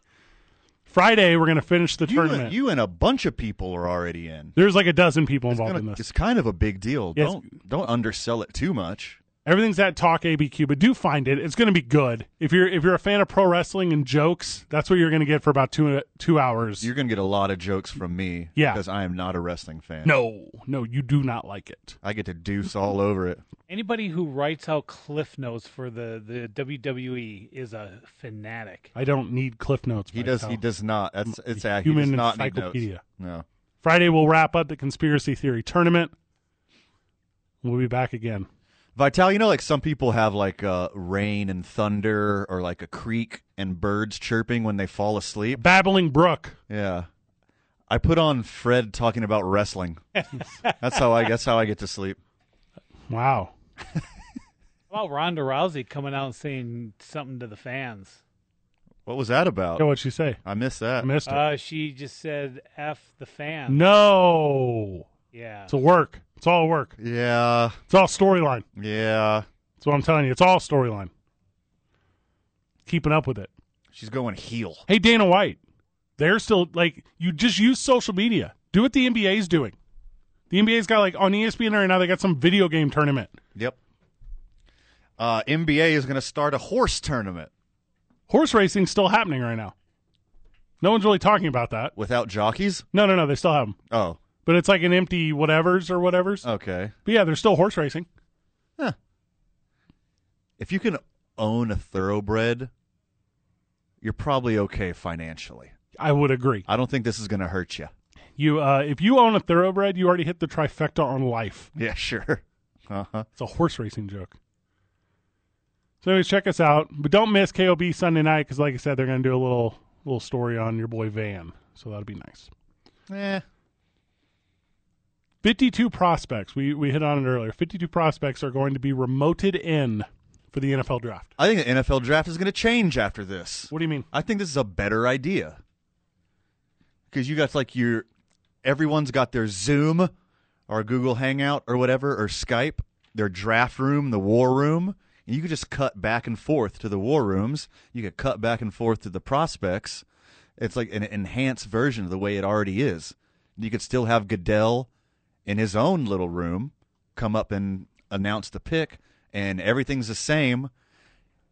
Friday, we're going to finish the
You
tournament.
and, you and a bunch of people are already in.
There's like a dozen people involved
Kinda-
in this.
it's kind of a big deal.
Yes.
Don't don't undersell it too much.
Everything's at Talk ABQ, but do find it. It's going to be good. If you're if you're a fan of pro wrestling and jokes, that's what you're going to get for about two two hours.
You're gonna get a lot of jokes from me.
Yeah.
Because I am not a wrestling fan.
no, no, you do not like it.
I get to deuce all over it.
Anybody who writes out cliff notes for the, the WWE is a fanatic.
I don't need cliff notes.
He
Mike
does.
Powell.
He does not. That's it's. Uh, he
Human
does not need
encyclopedia.
notes. No.
Friday we'll wrap up the conspiracy theory tournament. We'll be back again.
Vital, you know, like some people have like uh, rain and thunder, or like a creek and birds chirping when they fall asleep.
Babbling Brook.
Yeah, I put on Fred talking about wrestling. that's how I. That's how I get to sleep.
Wow.
How about Ronda Rousey coming out and saying something to the fans?
What was that
Yeah,
about?
what'd she say?
I missed
I
that.
missed it.
Uh, she just said "f the fans."
no.
yeah,
It's a work. It's all work.
Yeah,
It's all storyline.
yeah.
That's what I'm telling you. It's all storyline. Keeping up with it.
She's going heel.
Hey, Dana White, they're still like you. Just use social media. Do what the NBA's doing. The NBA's got like on E ESPN right now. They got some video game tournament,
Yep. Uh, NBA is going to start a horse tournament
horse racing still happening right now. No one's really talking about that.
without jockeys.
No, no, no. They still have them,
Oh,
but it's like an empty whatevers or whatevers.
okay.
But yeah, they're still horse racing.
if you can own a thoroughbred, you're probably okay financially.
I would agree.
I don't think this is going to hurt you.
You, uh, if you own a thoroughbred, you already hit the trifecta on life.
Yeah, sure. Uh-huh.
It's a horse racing joke. So, anyways, check us out, but don't miss KOB Sunday night because, like I said, they're going to do a little little story on your boy Van, so that'll be nice.
Eh.
Fifty-two prospects. We we hit on it earlier. Fifty-two prospects are going to be remoted in for the NFL draft.
I think the NFL draft is going to change after this.
What do you mean?
I think this is a better idea. Cuz you got like your everyone's got their Zoom or Google Hangout or whatever or Skype, their draft room, the war room, and you could just cut back and forth to the war rooms. You could cut back and forth to the prospects. It's like an enhanced version of the way it already is. You could still have Goodell in his own little room come up and announce the pick, and everything's the same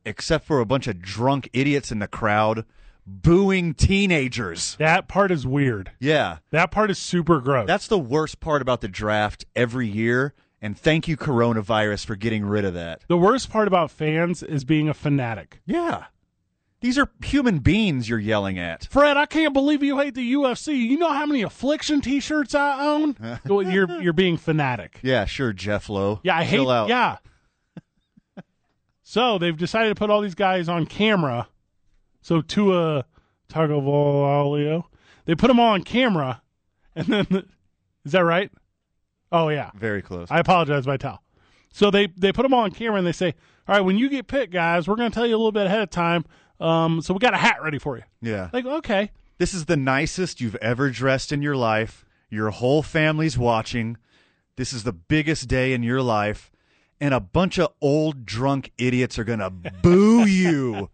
except for a bunch of drunk idiots in the crowd booing teenagers.
That part is weird.
Yeah.
That part is super gross.
That's the worst part about the draft every year. And thank you, coronavirus, for getting rid of that.
the worst part about fans is being a fanatic.
Yeah. These are human beings you're yelling at.
Fred, I can't believe you hate the UFC. You know how many affliction T-shirts I own? Well, you're you're being fanatic.
Yeah, sure, Jeff Lowe.
Yeah, I hate.
Chill out.
Yeah. so they've decided to put all these guys on camera. So Tua Tagovailoa, they put them all on camera, and then the, is that right? Oh yeah.
Very close.
I apologize, Vital. So they they put them all on camera and they say, "All right, when you get picked, guys, we're going to tell you a little bit ahead of time. Um, so we got a hat ready for you."
yeah.
Like, okay,
This is the nicest you've ever dressed in your life. Your whole family's watching. This is the biggest day in your life. And a bunch of old drunk idiots are going to boo you.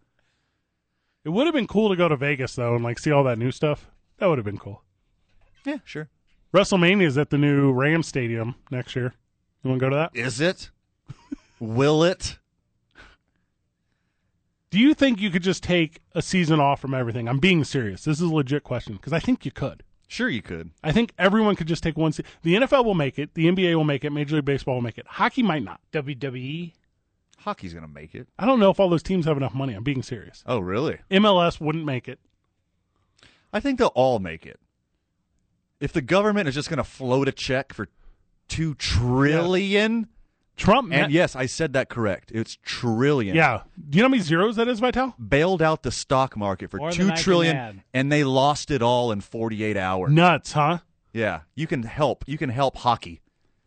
it would have been cool to go to Vegas though and like see all that new stuff. That would have been cool.
Yeah, sure.
WrestleMania is at the new Ram Stadium next year. You want to go to that?
Is it? Will it?
Do you think you could just take a season off from everything? I'm being serious. This is a legit question because I think you could.
Sure, you could.
I think everyone could just take one. Se- the NFL will make it. The NBA will make it. Major League Baseball will make it. Hockey might not.
WWE.
Hockey's going to make it.
I don't know if all those teams have enough money. I'm being serious.
Oh, really?
MLS wouldn't make it.
I think they'll all make it. If the government is just going to float a check for two trillion,
Trump. ma-
and yes, I said that correct. It's trillion.
yeah. Do you know how many zeros that is, Vital?
bailed out the stock market for
More
two
than I can
trillion,
add.
and they lost it all in 48 hours.
Nuts, huh?
Yeah, you can help. You can help hockey.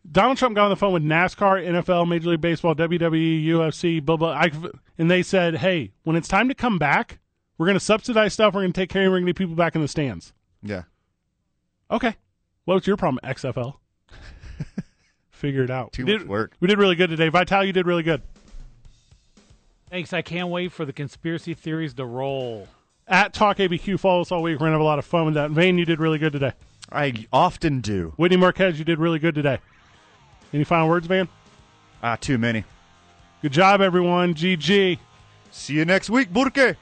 Donald Trump got on the phone with NASCAR, NFL, Major League Baseball, E, WWE, UFC, blah blah, I, and they said, "Hey, when it's time to come back, we're going to subsidize stuff. We're going to take care of bringing people back in the stands."
Yeah,
Okay. What's your problem, XFL? Figure it out.
Too
We
much
did-
work.
We did really good today. Vital, you did really good.
Thanks. I can't wait for the conspiracy theories to roll.
At Talk ABQ, follow us all week. We're going to have a lot of fun with that. Vane, you did really good today.
I often do.
Whitney Marquez, you did really good today. Any final words, Van?
Ah, too many.
Good job, everyone. GG.
See you next week, Burke.